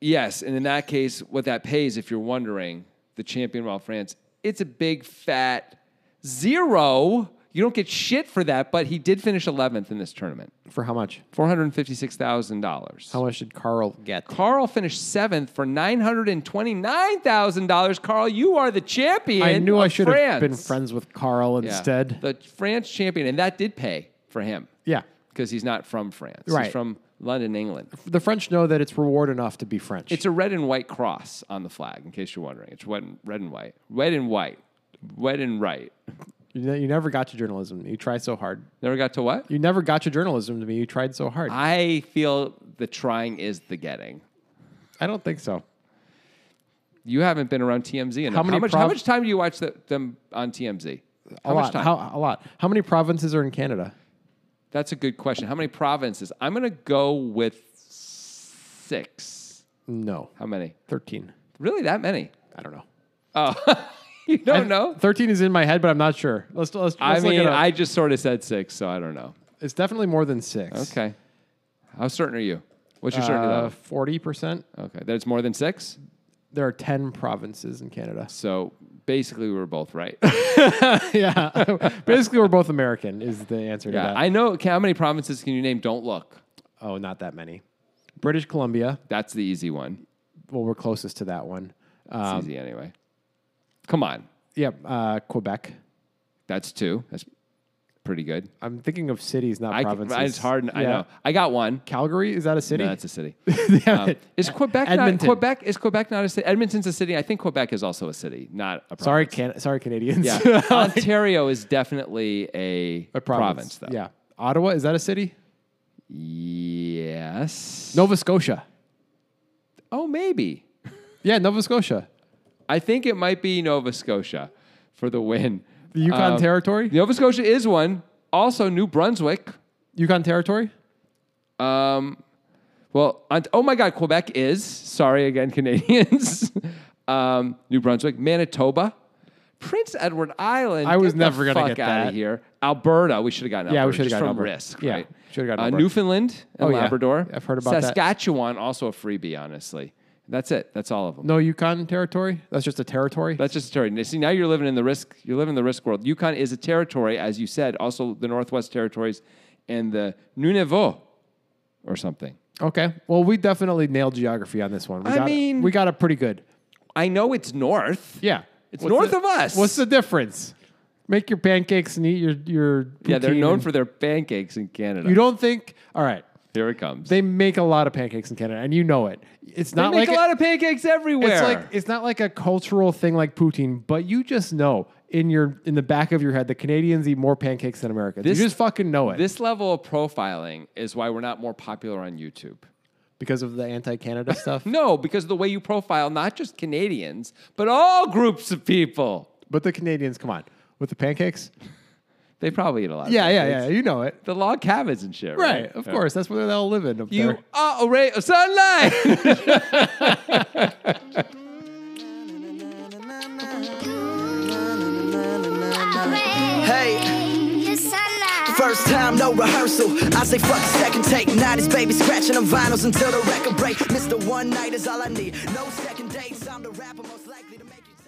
Speaker 1: Yes, and in that case, what that pays, if you're wondering, the champion of all France, it's a big fat zero. You don't get shit for that, but he did finish 11th in this tournament,
Speaker 3: For how much?
Speaker 1: four hundred fifty-six thousand dollars.
Speaker 3: How much did Carl get?
Speaker 1: Carl finished seventh for nine hundred and twenty-nine thousand dollars. Carl, you are the champion.
Speaker 3: I knew I
Speaker 1: of
Speaker 3: should have been
Speaker 1: France.
Speaker 3: friends with Carl
Speaker 1: Yeah,
Speaker 3: instead.
Speaker 1: the France champion, and that did pay for him
Speaker 3: Yeah.
Speaker 1: because he's not from France.
Speaker 3: Right.
Speaker 1: He's from London, England.
Speaker 3: The French know that it's reward enough to be French.
Speaker 1: It's a red and white cross on the flag, in case you're wondering. It's red and, red and white. Red and white. Red and right.
Speaker 3: you, ne- you never got to journalism. You tried so hard.
Speaker 1: Never got to what?
Speaker 3: You never got to journalism to me. You tried so hard. I,
Speaker 1: I feel the trying is the getting.
Speaker 3: don't think so.
Speaker 1: You haven't been around TMZ enough.
Speaker 3: How many
Speaker 1: much,
Speaker 3: prov-
Speaker 1: how much time do you watch the, them on TMZ?
Speaker 3: A
Speaker 1: how
Speaker 3: lot.
Speaker 1: much time?
Speaker 3: How, a lot. How many provinces are in Canada?
Speaker 1: That's a good question. How many provinces? I'm going to go with six.
Speaker 3: No.
Speaker 1: How many?
Speaker 3: 13.
Speaker 1: Really, that many? Oh,
Speaker 3: I don't know.
Speaker 1: You don't know?
Speaker 3: 13 is in my head, but I'm not sure. Let's, let's, let's
Speaker 1: I
Speaker 3: look it
Speaker 1: mean,
Speaker 3: up.
Speaker 1: I just sort of said six, so I don't know.
Speaker 3: it's definitely more than six.
Speaker 1: Okay. How certain are you? What's your certainty
Speaker 3: Uh,
Speaker 1: level?
Speaker 3: 40%.
Speaker 1: Okay. That it's more than six?
Speaker 3: There are 10 provinces in Canada.
Speaker 1: So basically, we were both right.
Speaker 3: yeah. Basically, we're both American, is the answer to
Speaker 1: yeah,
Speaker 3: that.
Speaker 1: I know. How many provinces can you name? Don't look.
Speaker 3: oh, not that many. British Columbia.
Speaker 1: That's the easy one.
Speaker 3: Well, we're closest to that one.
Speaker 1: It's
Speaker 3: Um,
Speaker 1: easy anyway. Come on,
Speaker 3: Yep, uh, Quebec.
Speaker 1: that's two. That's pretty good.
Speaker 3: I'm thinking of cities, not
Speaker 1: I, can-
Speaker 3: provinces.
Speaker 1: it's hard. I
Speaker 3: Yeah.
Speaker 1: know. I got one.
Speaker 3: Calgary is that a city?
Speaker 1: No, that's a city.
Speaker 3: Damn
Speaker 1: Um,
Speaker 3: it.
Speaker 1: is Quebec
Speaker 3: Edmonton.
Speaker 1: not Quebec? Is Quebec not a city? Edmonton's a city. I think Quebec is also a city, not a province.
Speaker 3: Sorry, can- sorry, Canadians.
Speaker 1: Yeah. Ontario is definitely a,
Speaker 3: a province.
Speaker 1: though.
Speaker 3: Yeah, Ottawa is that a city?
Speaker 1: Yes.
Speaker 3: Nova Scotia.
Speaker 1: Oh, maybe.
Speaker 3: Yeah, Nova Scotia.
Speaker 1: I think it might be Nova Scotia for the win.
Speaker 3: The Yukon
Speaker 1: Um,
Speaker 3: Territory.
Speaker 1: Nova Scotia is one. Also, New Brunswick.
Speaker 3: Yukon Territory.
Speaker 1: Um, Well, on oh my God, Quebec is sorry again, Canadians. um, New Brunswick, Manitoba, Prince Edward Island.
Speaker 3: I was
Speaker 1: get
Speaker 3: never
Speaker 1: the
Speaker 3: gonna
Speaker 1: fuck
Speaker 3: get
Speaker 1: out
Speaker 3: that.
Speaker 1: of here. Alberta, we should have gotten.
Speaker 3: Yeah, we
Speaker 1: Alberta,
Speaker 3: should've
Speaker 1: just
Speaker 3: gotten
Speaker 1: from
Speaker 3: Alberta.
Speaker 1: risk.
Speaker 3: Yeah,
Speaker 1: right?
Speaker 3: should've gotten
Speaker 1: uh,
Speaker 3: Alberta.
Speaker 1: Newfoundland and
Speaker 3: Oh, yeah.
Speaker 1: Labrador.
Speaker 3: I've heard about that.
Speaker 1: Saskatchewan, also a freebie, honestly. That's it. That's all of them.
Speaker 3: No Yukon territory? That's just a territory?
Speaker 1: That's just a territory. See, now you're living in the risk. You're living in the risk world. Yukon is a territory, as you said. Also, the Northwest Territories and the Nunavut, or something.
Speaker 3: okay. Well, we definitely nailed geography on this one. We
Speaker 1: I
Speaker 3: got it-
Speaker 1: mean-
Speaker 3: we got it pretty good.
Speaker 1: I know it's north.
Speaker 3: Yeah.
Speaker 1: It's north
Speaker 3: the-
Speaker 1: of us.
Speaker 3: What's the difference? Make your pancakes and eat your your
Speaker 1: Yeah, they're
Speaker 3: poutine
Speaker 1: known
Speaker 3: and-
Speaker 1: for their pancakes in Canada.
Speaker 3: You don't think All right.
Speaker 1: Here it comes.
Speaker 3: They make a lot of pancakes in Canada and you know it. It's
Speaker 1: They
Speaker 3: not
Speaker 1: make
Speaker 3: like
Speaker 1: a lot of pancakes everywhere.
Speaker 3: it's like it's not like a cultural thing like poutine, but you just know in your in the back of your head the Canadians eat more pancakes than Americans.
Speaker 1: This-
Speaker 3: you just fucking know it
Speaker 1: this level of profiling is why we're not more popular on YouTube.
Speaker 3: because of the anti-Canada stuff.
Speaker 1: No, because of the way you profile not just Canadians, but all groups of people.
Speaker 3: But the Canadians, come on, with the pancakes.
Speaker 1: They probably eat a lot. of
Speaker 3: Yeah, yeah,
Speaker 1: pancakes.
Speaker 3: yeah. You know it,
Speaker 1: The log cabins and shit, right?
Speaker 3: right? Of
Speaker 1: Yeah.
Speaker 3: course, that's where they all live in. Up
Speaker 1: You
Speaker 3: there.
Speaker 1: are a ray of sunlight.
Speaker 2: Hey. First time, no rehearsal. I say fuck second take. Night is baby scratching on vinyls until the record break. Mr. One Night is all I need. No second dates. I'm the rapper most likely to make you.